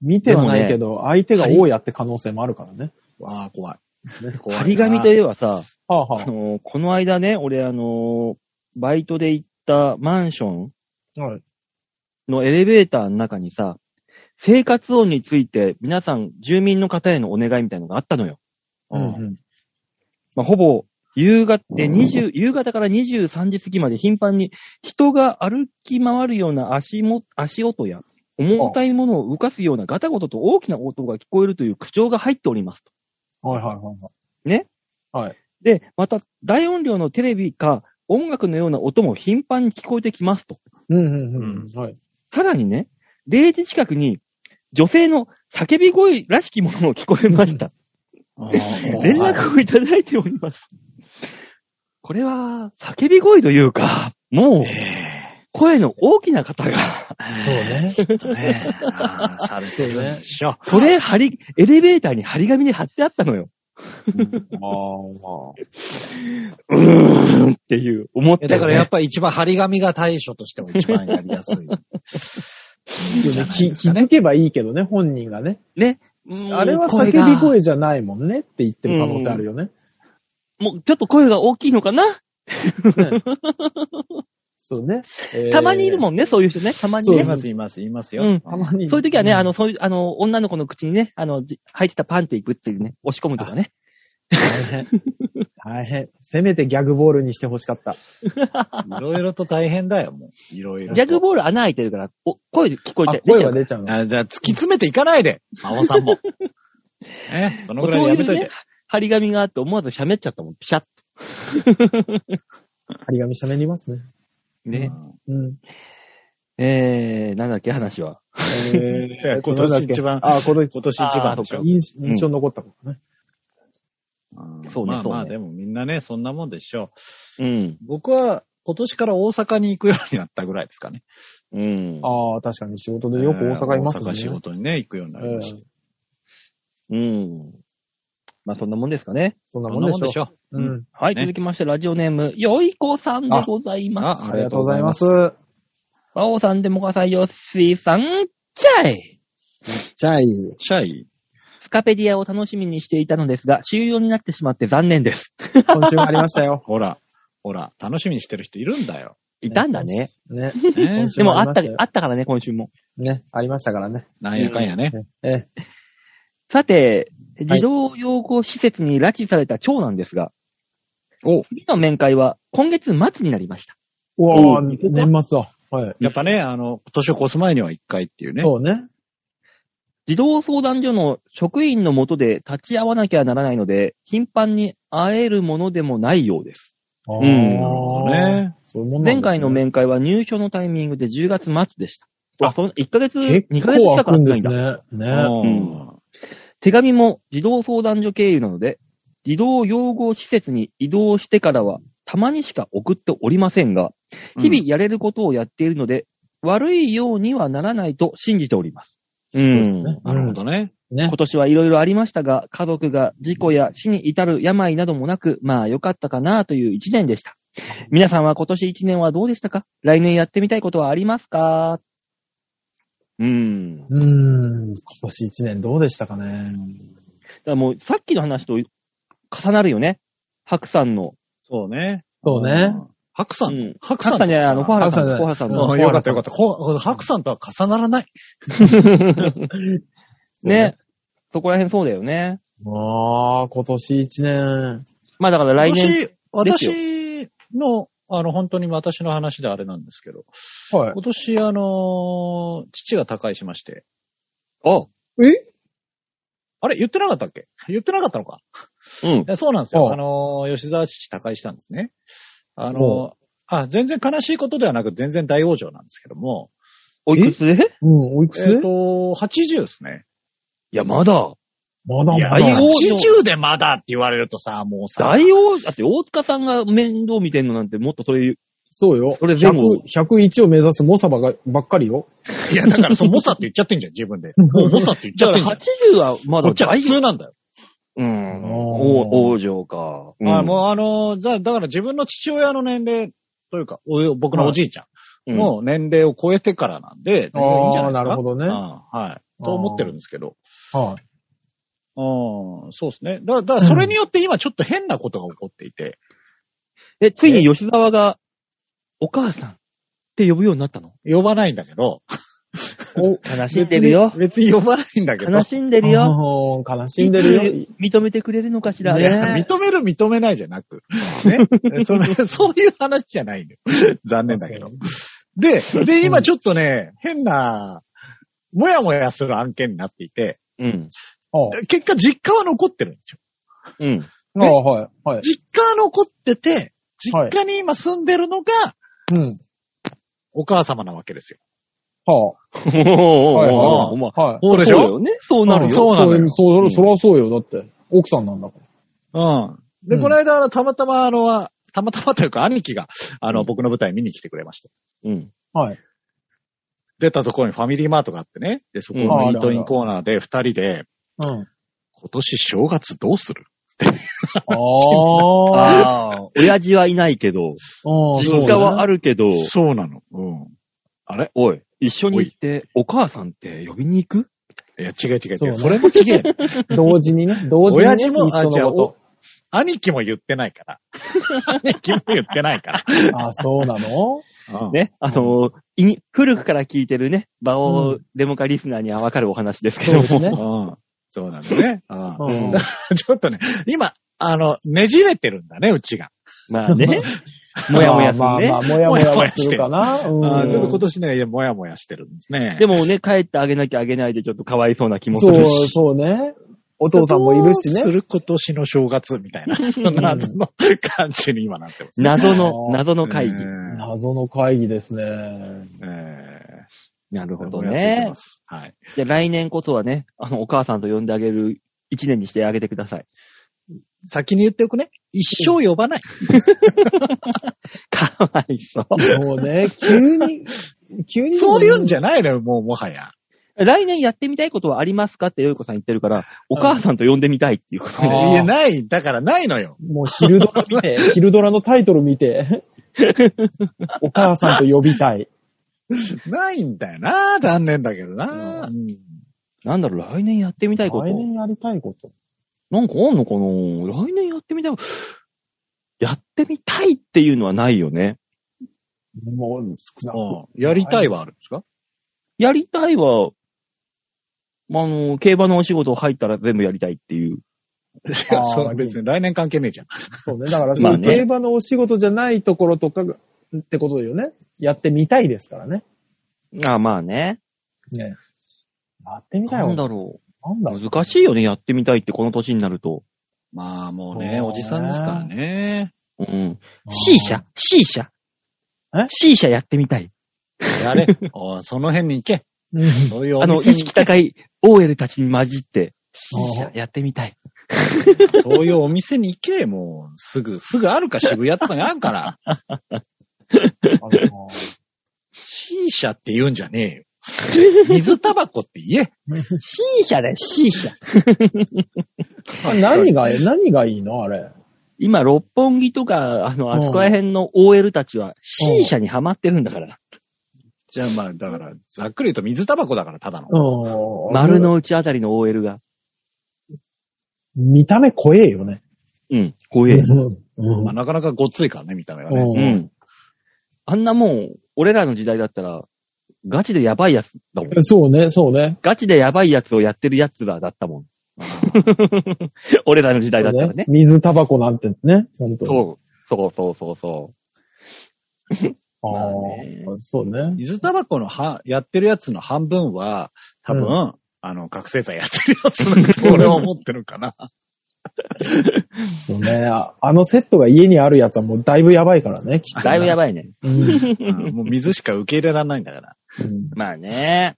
見てはないけど、相手が大家って可能性もあるからね。
の。ああ、怖い。
う。
怖いな
張り紙といえばさ、
はあ
あのーこの間ね、俺あのーバイトで行ったマンション
あ。はい。
のエレベーターの中にさ、生活音について皆さん住民の方へのお願いみたいのがあったのよ。
うん
うん
うん。
まあ、ほぼ、夕方、20、夕方から23時過ぎまで頻繁に人が歩き回るような足も、足音や、重たいものを動かすようなガタゴトと大きな音が聞こえるという口調が入っておりますと。
はいはいはいはい。
で、また、大音量のテレビか音楽のような音も頻繁に聞こえてきますと。
うんうんうん。はい。
さらにね、0時近くに女性の叫び声らしきものも聞こえました。連絡をいただいております。これは、叫び声というか、もう、声の大きな方
[laughs]
が、
そう [laughs] ね。
ねえ。あーされてるんでしょ。
それ張り、エレベーターに張り紙で貼ってあったのよ。
あ
うーんっていう、思っ
え
た
[laughs] だ
よ
か
ね
らやっぱり一番張り紙が対処としても一番やりやすい。いいんじゃない
気
です
気
かね
づけばいいけどね、本人がね。
ね。うん
あれは叫び声じゃないもんねって言ってる可能性あるよね。
もうちょっと声が大きいのかな、
そうね。えー
たまにいるもんね、そういう人ね。たまに
そう
ね
い。ます、います、いますよ。
うん
たまに。
そういう時はね、
うん
あの、そういう、あの、女の子の口にね、あの、じ入ってたパンっていくっていうね、押し込むとかね。
大 [laughs] 変。大変。せめてギャグボールにしてほしかった。
いろいろと大変だよ、もう。いろいろと。
ジャグボール穴開いてるから、お声で聞こ
あ
えて、
声は出ちゃうの。
あじゃあ、突き詰めていかないで、真央
[laughs]
さんも。ね、その
もう
ぐらい
そう
でや
い
めと
う
い
ね
て。、
張り紙があって思わず喋っちゃったもん、ピシャッと。
張り紙喋りますね。
ね。
うん。
えー、なんだっけ、話は。[laughs]
えー今年一番
あ、今年
今年一番でしょ
あ。
印印象に残ったことね。
うん
そうね
まあ
そうね
まあ、でもみんなね、そんなもんでしょ
うん。
う。僕は今年から大阪に行くようになったぐらいですかね。
うん。
ああ、確かに仕事でよく大阪います
えー
ね。
大阪仕事にね、行くようになりました。
うん。まあ、そんなもんですかね。
そんな
そ
も
んなんもん
で
で
し
し
ょ。
ょ。
う
うん
ん。
はい、
ね
続きまして、ラジオネーム、よいこさんでございます。
あ
ありがとうございます。
バオさん、デモカさん、ヨッシーさん、チャイ
じゃあいい。
シャイ
スカペディアを楽しみにしていたのですが、終了になってしまって残念です。
今週もありましたよ。
ほら、ほら、楽しみにしてる人いるんだよ。
いたんだね。
ね。
ね
今週
でも、あっ
りま
た
しよ、
あったからね、今週も。
ね。ありましたからね。
なんやかんやね。
ええ。
さて、児童養護施設に拉致された長男ですが、
お
次の面会は今月末になりました。
うわー年末だ。はい。
やっぱね、あの、年を越す前には一回っていうね。
そうね。
児童相談所の職員のもとで立ち会わなきゃならないので、頻繁に会えるものでもないようです。
あー
うん
なるほどね。
そういうもんなんですね
前回の面会は入所のタイミングで10月末でした。あ、
あ
その1ヶ月、
結
2ヶ月
構
近く会
開く
っ
ん
てな
で
いん
す
だ。
ね。ね。
うん
手紙も児童相談所経由なので、児童養護施設に移動してからは、たまにしか送っておりませんが、日々やれることをやっているので、悪いようにはならないと信じております。うん
そうですね
なるほどね。
ね
[laughs] 今。年はいろいろありましたが、家族が事故や死に至る病などもなく、まあ良かったかなという一年でした。皆さんは今年一年はどうでしたか来年やってみたいことはありますかうーん。だか
うーん。今年一年どうでしたかね。
らもうさっきの話と重なるよね。白さんの。
そうね。
そうね。
ん。白さ
うんん。
白
白
さ
さん
ん
じゃない、あの、小原さんの。小
白
原さん
じゃない
の。
うんよかったよかった。ここ白さんとは重ならない。
[laughs] ね。そこら辺そうだよね。
ああ、今年一年。
まあだから来年。
今
ですよ
年、私の、あの、本当に私の話であれなんですけど、
はい
今。年、あの、父が他界しまして、
お
あれ言ってなかったっけ言ってなかったのか
うん。
えそうなんですよ。
ああ
あの、吉沢父他界したんですね。あ
お
の、あ、全然悲しいことではなく、全然大往生なんですけども、
おいくつで
うん、おいく
えっ、
つ
と、80ですね。
いや、まだ。
まだ
いや、
大往生
80でまだって言われるとさ、もうさ、
大王、だって大塚さんが面倒見てんのなんてもっとそういう、
そうよ。
それ全部
100 101を目指すモサバがばっかりよ。
いや、だからそのモサって言っちゃってんじゃん、自分で。もうモサって言っち
だ
ゃっ
か
て
ら
んじゃん。
80はま
こ
だ
っちは
大
普通なんだよ。
うん。
お
王城か。うん
あもうあの、だだから自分の父親の年齢というか、お僕のおじいちゃ
うん
んの年齢を超えてからなんで、全然いいんじゃないで
あ
すか。
ーなるほどね
うんはい。と思ってるんですけど。
はい。
うん、そうですね。だだからそれによって今ちょっと変なことが起こっていて、
え、ついに吉沢が、お母さんって呼ぶようになったの
呼ばないんだけど。
お、
悲しんでるよ。
別に別に呼ばないんだけど。
悲しんでるよ。
あ [laughs] ー悲しんでるよ。
認めてくれるのかしら
いや、
ね。
認める、認めないじゃなく。
[laughs]
ね。そのそういう話じゃないんだよ。残念だけど。 [laughs] で、で、今ちょっとね、変な、もやもやする案件になっていて、
うん。
あー
結果実家は残ってるんですよ。
うん。
あー、はい。はい。
実家は残ってて、実家に今住んでるのが
うん。
お母様なわけですよ。
は
はい
おー
まあ
あ。はい。
そうでし
そう
ょ
よね。そうなるよ。
そうなのよ
そう、そらそうよ。だって、奥さんなんだから。
うん。で、
うん
この間、あの、たまたま、あの、たまたまというか、兄貴が、あ
う
の、
ん
僕の舞台見に来てくれまして。
うん。
はい。
出たところにファミリーマートがあってね。で、そこのイートインコーナーで二人で、
うん。
今年正月どうする
ああ。
ああ、親父はいないけど、
うん
実家はあるけど、
そうなの。うん。あれ
おい、一緒に行って、お母さんって呼びに行く
いや、違う違う違う。そ
そうね
れも違え。
同時にね、同時にね。
親父も
いっそ
あじゃあ
のこ
兄貴も言ってない [laughs] から。兄貴も言ってないから。
とあ、そうなの
うん
ね、あの、いに古くから聞いてるね、場をデモ化リスナーにはわかるお話ですけども。
そうですね
うんそうなんだね。 [laughs] う
う
ん
ん。
ちょっとね、今、あの、ねじれてるんだね、うちが。
まあね、もやもやするね
まあまあ、もやもやはするかな。
あ
う
ー
ん。
ちょっと今年ね、もやもやしてるんですね。
でもね、帰ってあげなきゃあげないでちょっとかわいそうな気もする
そう、
し。
そうね。お父さんもいるし
どうす
ね。
る今年の正月みたいな、そんな謎の感じに今なってます。
謎の、謎の会議。
うん
謎の会議ですね。
え
なる
ー
ほど
もやついて
ね
ま。すはい。
じゃあ来年こそはね、あの、お母さんと呼んであげる一年にしてあげてください。
先に言っておくね。一生呼ばない。
かわいそう。
そうね。急に、急に。
そういうんじゃないのよ、もうもはや。
来年やってみたいことはありますかってよいこさん言ってるから、お母さんと呼んでみたいっていうこと
い
ね。
や、ない。だからないのよ。
もう昼ドラ見て、昼ドラのタイトル見て、 [laughs] お母さんと呼びたい。
ないんだよな。残念だけどな。うん
なんだろう、来年やってみたいこと。
来年やりたいこと。
なんかあんのかな来年やってみたいこと。やってみたいっていうのはないよね。
もう少なく。
うんやりたいはあるんですか
やりたいは、まあ、あの、競馬のお仕事入ったら全部やりたいっていう。
いや、
あー
そう別に来年関係ねえじゃん。
そうね。だから、
ま
そ
あ
う
ね
競馬のお仕事じゃないところとかが、ってことだよね。やってみたいですからね。
ああ、まあね。
ね。やってみたい
な
わ
んだろ
なん
う。
だろう。
難しいよね、やってみたいってこの年になると。
まあもう
そ
ね、
うね
おじさんですからね。
うん。C 社 ?C 社
え
?C 社やってみたい。
や [laughs] れ。おいその辺に行け。
うん。
[laughs] そういうお
あの、意
店に
識
行け。
高い OL たちに混じって、C
あ
社
あ
やってみたい。
そういうお店に行け。もう、すぐ、すぐあるか渋谷とかにあるから。
あの
C 社って言うんじゃねえよ。水タバコって言え。
C 社だよ、C 社。
あ何が、何がいいのあれ。
今、六本木とか、あの、あそこら辺の OL たちは C 社にハマってるんだから。
じゃあまあ、だから、ざっくり言うと水タバコだから、ただの。
うん
丸の内あたりの OL が。
見た目怖えよね。
うん、怖え
う。んうん
まあなかなかごっついからね、見た目がね。
う。ん。あんなもん、俺らの時代だったら、ガチでやばいやつだもん。
そうね、そうね。
ガチでやばいやつをやってるやつらだった [laughs] もん。俺らの時代だったらね。
水タバコなんてね、本当に。
そう。そうそうそうそ
あ
まあ
あ、そうね。
水タバコのは、やってるやつの半分は、多分、
う
あの、覚醒剤やってるやつだと俺は思ってるかな。
そうね。ああのセットが家にあるやつはもうだいぶやばいからね、きっ
う。
と
だ
ね。
いぶや
ばい。
ばいね。
うんもう水しか受け入れられないんだから。
うん
まあね。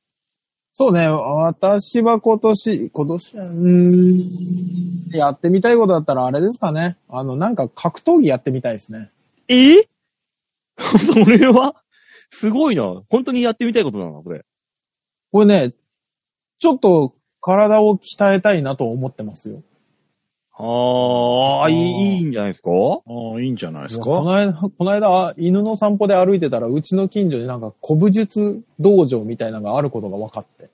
そうね。私は今年、今年、うーん、やってみたいことだったらあれですかね。あの、なんか格闘技やってみたいですね。
え [laughs] それはすごいな。本当にやってみたいことなのこれ。
これね、ちょっと体を鍛えたいなと思ってますよ。
ああ、いいいいんじゃないですか
ああ、いいんじゃないです
いやこ
か。
の間、この間、犬の散歩で歩いてたら、うちの近所になんか古武術道場みたいなのがあることが分かって、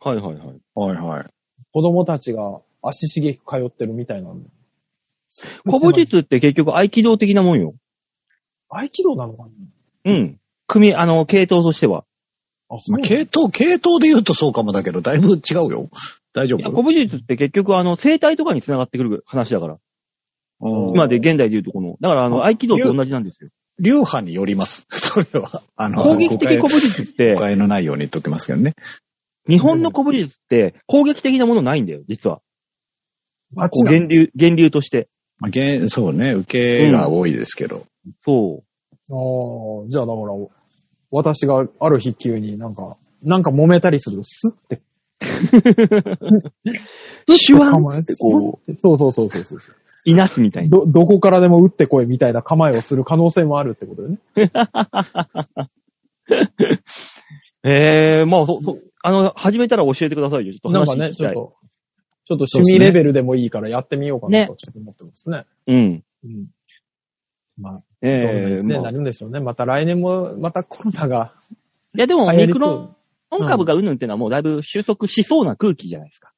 はいはいはい。
はいはい。
子供たちが足しげく通ってるみたいなんで。
古武術って結局合気道的なもんよ。
合気道なのかな
うん。組、あの、系統としては。
あ、そ
まあ、
うなの
系統、系統で言うとそうかもだけど、だいぶ違うよ。大丈
いや、古
夫
武術って結局、あの、生態とかに繋がってくる話だから。
うん
今で、現代で言うとこの。だから、あの、
あ
合気道と同じなんですよ。
流派によります。 [laughs] それは。あの、
攻撃的古
誤
武
解
術って
誤、解のないように言っときますけどね。
日本の古武術って攻撃的なものないんだよ、実は。
あっ
こ
ち
う
だ
源流、源流として。
まあ、げそうね、受けが多いですけど。
そ
あーじゃあだから、私がある日急になんか、なんか揉めたりすると、スッて。
う。手腕
構えて、こう。そうそうそうそうそう。
いなすみたいな。
ど、どこからでも打ってこいみたいな構えをする可能性もあるってことだよね。
ええまあ、そ、そ、あの、始めたら教えてくださいよ。ちょっと
な
話
んか
聞
ね、
き
ちょ
た
っ
い。
と、ちょっと趣味レベルでもいいからやってみようかな
ね
とちょっと思ってますね。
うん。
うん。まあ、
え
どんな
え
一年に
まあ
ないるんでしょうね。また来年も、またコロナが
や、でも、
流行
ミ
り
ク
そ
ロ
う。
ン株がうんぬんっていうのはもうだいぶ収束しそうな空気じゃないですか。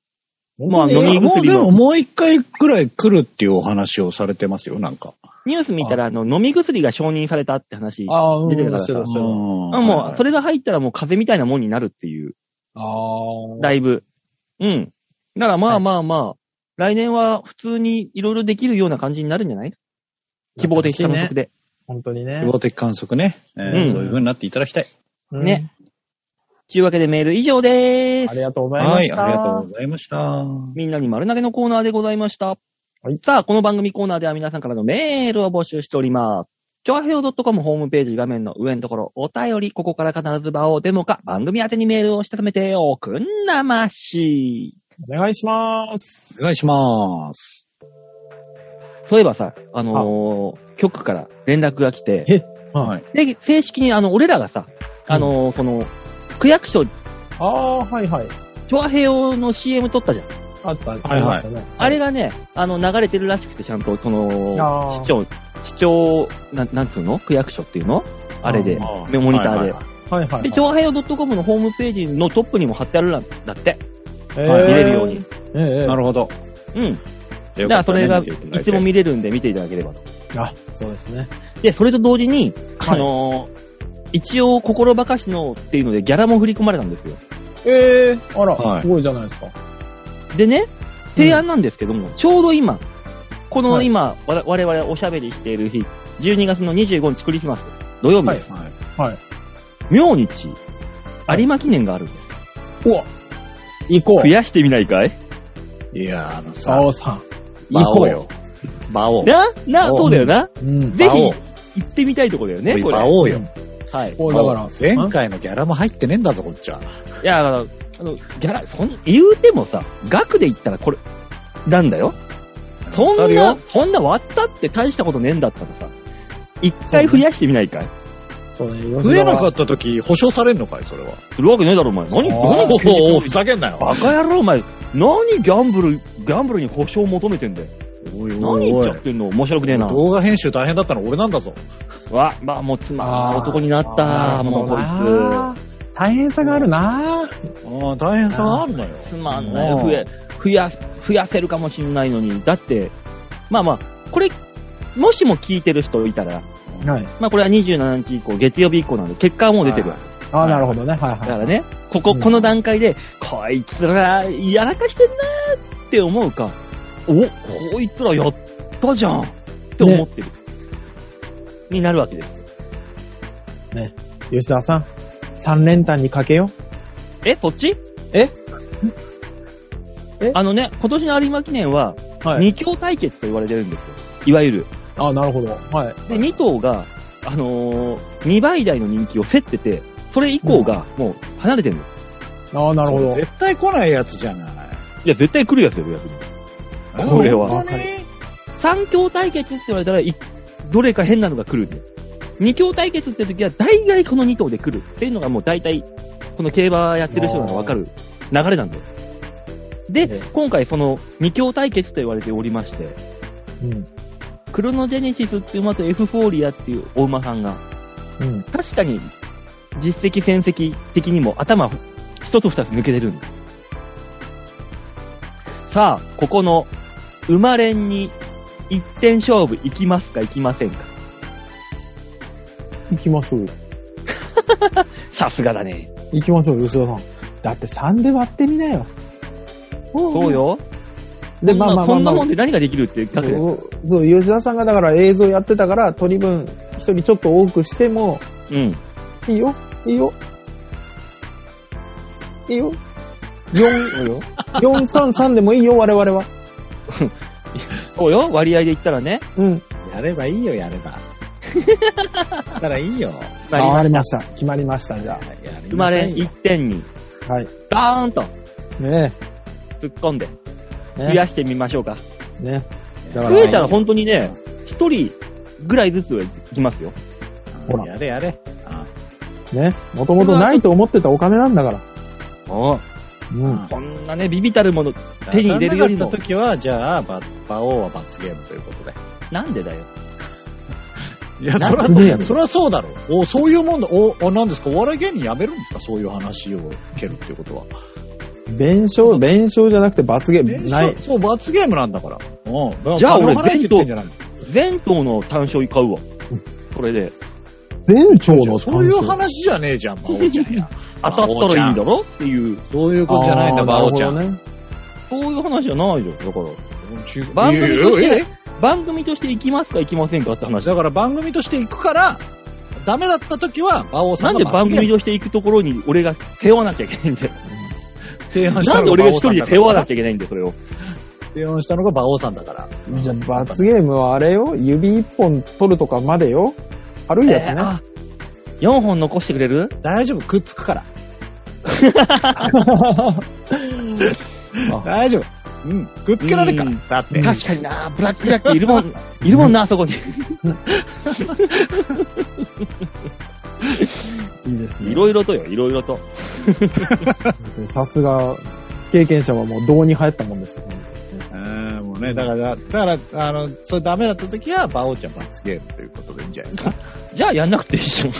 ま
まあ、飲み
もう
薬
でも
の、
もう一回くらい来るっていうお話をされてますよ、なんか。
ニュース見たら、あの、飲み薬が承認されたって話。あ、
ああ、うん、
出てるから
してた、してた。
あ
もう、それが入ったらもう風邪みたいなもんになるっていう。
あ
だいぶ。うん。だからま
は
あ
い
まあまあ、来年は普通にいろいろできるような感じになるんじゃない
あ。
希望的観測
で。
で。
本当にね
希。望的観測ね、えー
うん
そういう風になっていただきたい。
うん
ね。というわけでメール以上でー
あ
す。
りがとうございま
はい、
した。
ありがとうございました。
みんなに丸投げのコーナーでございました。さあ、この番組コーナーでは皆さんからのメールを募集しております。調和表 .com ホームページ画面の上のところ、お便り、ここから必ず場をデモか、番組宛てにメールをしたためておくんなまし。
お願いします。
お願いします。
そういえばさ、あのー、局から連絡が来て、
はい。
で、正式に、あの、俺らがさ、あのーその、区役所、
ああ、はいはい。
調和平和の CM 撮ったじゃん。
あった、あり
いはい
ましたね。
あれがね、あの、流れてるらしくて、ちゃんと、その、
あー
市長、市長、なん、なんつうの区役所っていうのあれで、
あ
あ
メモニター
はい
で。
はい
はいはい。
で、調和平和 .com のホームページのトップにも貼ってあるんだって。
はい
見れるように。
えー。ええ
なるほど。
うん。
じ
だからそれが、いつも見れるんで見ていただければと。
あ、そうですね。
で、それと同時に、あのー一応、心ばかしのっていうので、ギャラも振り込まれたんですよ。
ええあら、
はい
すごいじゃないですか。
でね、提案なんですけども、ちょうど今、この
はい
今、わ我々おしゃべりしている日、12月の25日クリスマス、土曜日です。
はい。
明日、有馬記念があるんです。
うわ行こ
増
う。
やしてみないかい
いやー、あのさ
さ、おさん。
馬
行こ
王
う
よ。馬王。
なな、
お
そうだよな。
うん。
ぜ
馬王。
ひ、行ってみたいとこだよね、これ。
馬
い
王よ。
はいこうだから。
前回のギャラも入ってねえんだぞ、こっちは。
や、あの、あのギャラ、そん、言うてもさ、額で言ったらこれ、なんだよ。そ
わか
ん
る
な
よ、
そんな割ったって大したことねえんだったらさ、一回増やしてみないかい
そうね、吉田は
増えなかった時、保証されんのかい、それは。
するわけねえだろ、お前。何、
あー
何
おーおーおーふざけんなよ。
バカ野郎、お前、何ギャンブル、ギャンブルに保証求めてんだよ。
おい
何言っちゃってんの面白くねえな。
動画編集大変だったの俺なんだぞ。
わ、まあもうつまんない男になっ
あ
た、
ー
もうこ
なるほどない大変さがあるな
ああ、大変さがあるのよ。
つ。つまんないよ
うん
増え、増や、増やせるかもしんないのに。だって、まあまあ、これ、もしも聞いてる人いたら、
はい。
まあこれは27日以降、月曜日以降なんで、結果はもう出てるわけ。
ああ、なるほどね。はい
だ
は
か
い。
らね、ここ、
うん
この段階で、こいつら、やらかしてんなーって思うか、お、こいつらやったじゃんって思ってる。になるわけです。
吉田さん、三連単にかけよう。
え、そっち
ええ
あのね、今年の有馬記念は、
はい。
二強対決と言われてるんですよ。いわゆる。
ああ、なるほど。はい。
で、二頭が、あのー、二倍台の人気を競ってて、それ以降が、もう、離れてるの。
ああ、なるほど。
それ絶対来ないやつじゃない。
いや、絶対来るやつよ、逆に。これは
本当に
三強対決って言われたら、いどれか変なのが来るんで。二強対決って時は、大概この二頭で来るっていうのがもう大体、この競馬やってる人ならわかる流れなんだよ。で
え、
今回その二強対決と言われておりまして、
うん。
クロノジェネシスっていう馬とエフフォーリアっていうお馬さんが、
うん。
確かに実績戦績的にも頭一つ二つ抜けてるんだ。さあ、ここの馬連に一点勝負行きますか行きませんか
行きます。
さすがだね。
行きましょう、吉田さん。だって3で割ってみなよ。
そうよ。
で、まあまあま
そ
あ
ん
ま
な
あ
もんで何ができるってだけで
そう、そう吉田さんがだから映像やってたから、取り分一人ちょっと多くしても、
うん。
いいよ、いいよ。いいよ。
そうよ。
433でもいいよ、我々は。
そうよ。割合で言ったらね。
うん。
やればいいよ、やれば。だからいいよ。
決まりま
わかり
した
ました。決まりました、じゃ
やり
生ま
なさ
れ
いよ
1点に、
あ。はい。
バーンと
ね
突っ込んで、
え。
増やしてみましょうか。
ね。ね。だか
増
ら
えたら本当にね、1人ぐらいずつはいきますよ。
ほら
やれやれ。あ
ね。もともとないと思ってたお金なんだから。
も
うん。
う、こんなね、ビビたるもの、手に入れるよりも
ダメだった時は、じゃあ、バ馬王は罰ゲームということで。
なんでだよ。
いや、
な
それ
なんでや
は、
ねん
それはそうだろう。お、そういうもんだ。お、あなんですかお笑い芸人辞めるんですかそういう話を受けるっていうことは。
弁償、弁償じゃなくて罰ゲーム。な
ない
い。。
そう、罰ゲームなんだから。うん。
じゃあ俺
払って言ってんじゃないの
全頭の単勝買うわ。これで。
全庁
いや
の
そういう
単勝
話じゃねえじゃん、馬王ちゃんや。
当たったらいいんだろっていう。
そういうことじゃないんだ、
あー
馬
[laughs]
王ちゃん。
なるほどね
そういう話じゃないよ。だから。
中
番組とし
いやいやい
て
や、
番組として行きますか行きませんかって話。
だから番組として行くから、ダメだった時は、馬王さ
なんん
が
で番
罰ゲー
組
ム
として行くところに俺が背負わなきゃいけない [laughs] んだよ。
提案した
なんで
の
俺が
が
一
馬王
人
さん
で
だか
背負わな
ら。
きゃいけないんだよ、それを。
提案したのが馬王さんだから。
じゃあ、罰ゲームはあれよ指一本取るとかまでよ軽いやつ
えー
ね。
あ4本残してくれる
大丈夫、くっつくから。大丈夫。うん。くっつけられるから。
うん
だって。
確かになブラックジャックいるもん、 [laughs] いるもんな、あそこに。
[laughs] いいです
い
ね。
ろいろとよ、いろいろと。
さすが、経験者はもうどうに入ったもんですよね。
うん、もうね、だから、だから、あの、それダメだった時は、馬王ちゃん罰ゲームということでいいんじゃないですか。
じゃあやんなくていいじゃん。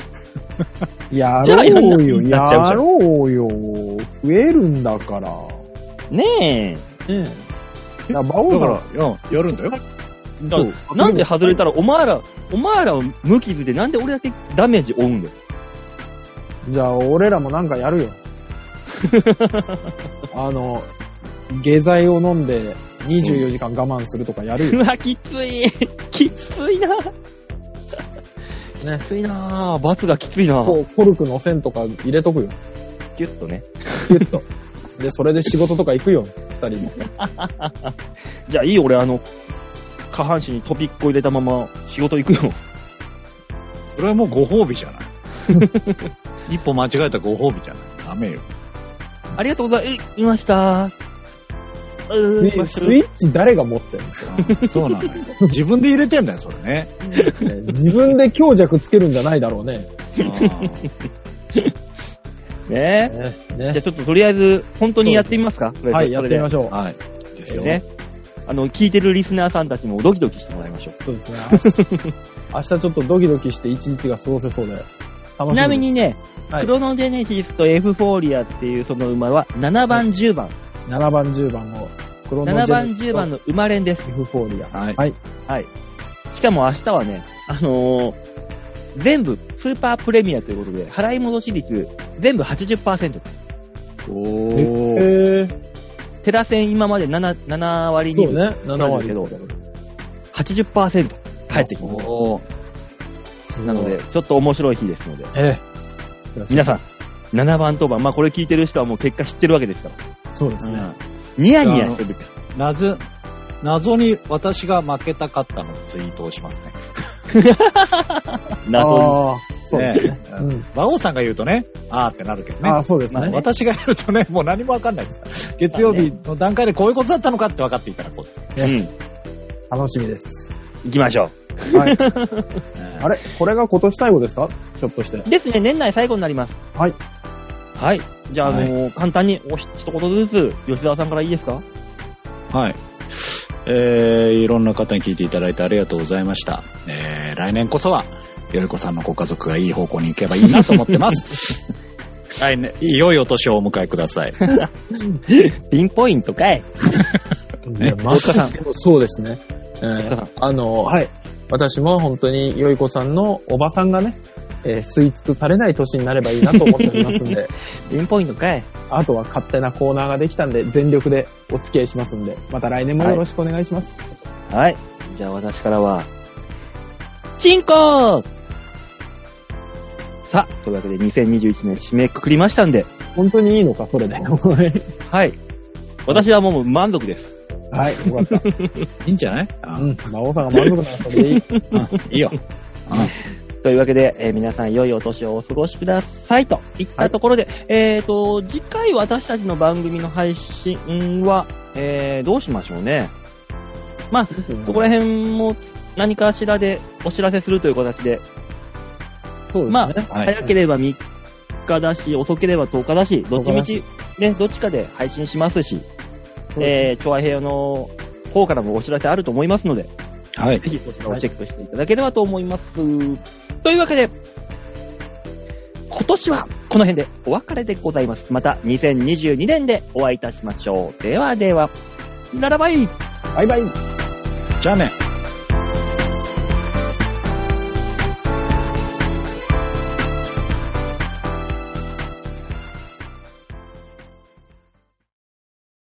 やろうよ、
じ
や
ゃあやんな
ろうよ。増えるんだから。
ね
ねえ。だから、馬王
だ
さ
か
ん
ら、うん、やるんだよ。
え。だからなんで外れたら、お前ら、お前らを無傷で、なんで俺だけダメージ負うんだよ。
じゃあ、俺らもなんかや [laughs] るよ。あの、下剤を飲んで24時間我慢するとかやる
う
よ。
わ、きつい。 [laughs] きついな。きついな罰がきついな
こう、コルクの線とか入れとくよ。
ギュッとね。
キュッと。で、それで仕事とか行くよ、二人も。
じゃあいいよ俺、あの、下半身にトピッコ入れたまま仕事行くよ。
それはもうご褒美じゃない。 [laughs] 一歩間違えたらご褒美じゃない。ダメよ。
[laughs] ありがとうございました。う
ね
ーん、
スイッチ誰が持って [laughs] るんですか、
うんそう
[laughs]
なのよ。自分で入れてんだよ、それね。
ね自分で強弱つけるんじゃないだろうね。
うん
ねえ。じゃ
ね
あ
ね
ちょっととりあえず、本当にやってみますか
はい、やってみま
し
しょう。
はい。ですよ。
ね。あの、聞いてるリスナーさんたちもドキドキしてもらいましょう。
そうですね。
[laughs]
明日明日ちょっとドキドキして一日が過ごせそうで。楽しみ
ちなみにね、
はい
クロノジェネシスとエフフォーリアっていうその馬は7番、10番。
7番、10番のクロノジェネ
7番、10番の馬連です。
エフフォーリア。
はい。
はい。しかも明日はね、あのー全部スーパープレミアということで、払い戻し率全部80%。
おー。
へー
テラ戦今まで 7, 7割
そう
2分、
ね、7割。
そうです80%返ってきます。
おー
なので、ちょっと面白い日ですので、
ええ。
皆さん、7番当番、まあこれ聞いてる人はもう結果知ってるわけですから、
ん。そうです
う
ね。
ん
ニヤニヤしてるか
謎、謎に私が負けたかったのツイートをしますね。
ら、謎
ああ、そうですね。
ね
うん。
馬王さんが言うとね、あーってなるけどね。
ああ、そうです
まあ
ね。
私がやるとね、もう何もわかんないですから。月曜日の段階でこういうことだったのかって分かっていただこう。
に。うん。
楽しみです。
行きましょ
はい。あ
れ
れこれが今年最後ですかひょっとして
う。。ですね、年内最後になります。
はい。
はい。じゃあ、あのー簡単におひ一言ずつ、吉沢さんからいいですか
はい。えー、いろんな方に聞いていただいてありがとうございました。えー、来年こそは、よいこさんのご家族がいい方向に行けばいいなと思ってます。
[laughs]
来年、良いお年をお迎えください。
[laughs] ピンポイントかい。
ね、マスカさん。そうですね。えーあの、はい。私も本当に、よいこさんのおばさんがね、えー吸い尽くされない年になればいいなと思っておりますん [laughs] で、
ピンポイントかい。
あとは勝手なコーナーができたんで、全力でお付き合いしますんで、また来年もよろしくお願いします。
はい。じゃあ私からは、チンコさあ、というわけで2021年締めくくりましたんで、
本当にいいのか、それで。は
はい。私はもう満足です。
い、よかった。
いいんじゃない
うん。魔王さんが満足ならそれ [laughs] でいい。
い
[laughs]
いよ。
というわけで、えー皆さん良いお年をお過ごしくださいといったところで、えーと、次回私たちの番組の配信は、えー、どうしましょうね。まあ、そこら辺も何かしらでお知らせするという形で、
そうですね
まあ、
はい
早ければ3日だし、遅ければ10日だし、どっちみち、ね、どっちかで配信しますし、えー、調和平和の方からもお知らせあると思いますので、
はい。
ぜひそちらをチェックしていただければと思います。というわけで、今年はこの辺でお別れでございます。また2022年でお会いいたしましょう。ではでは、ならばい
バイバイ。
じゃあね。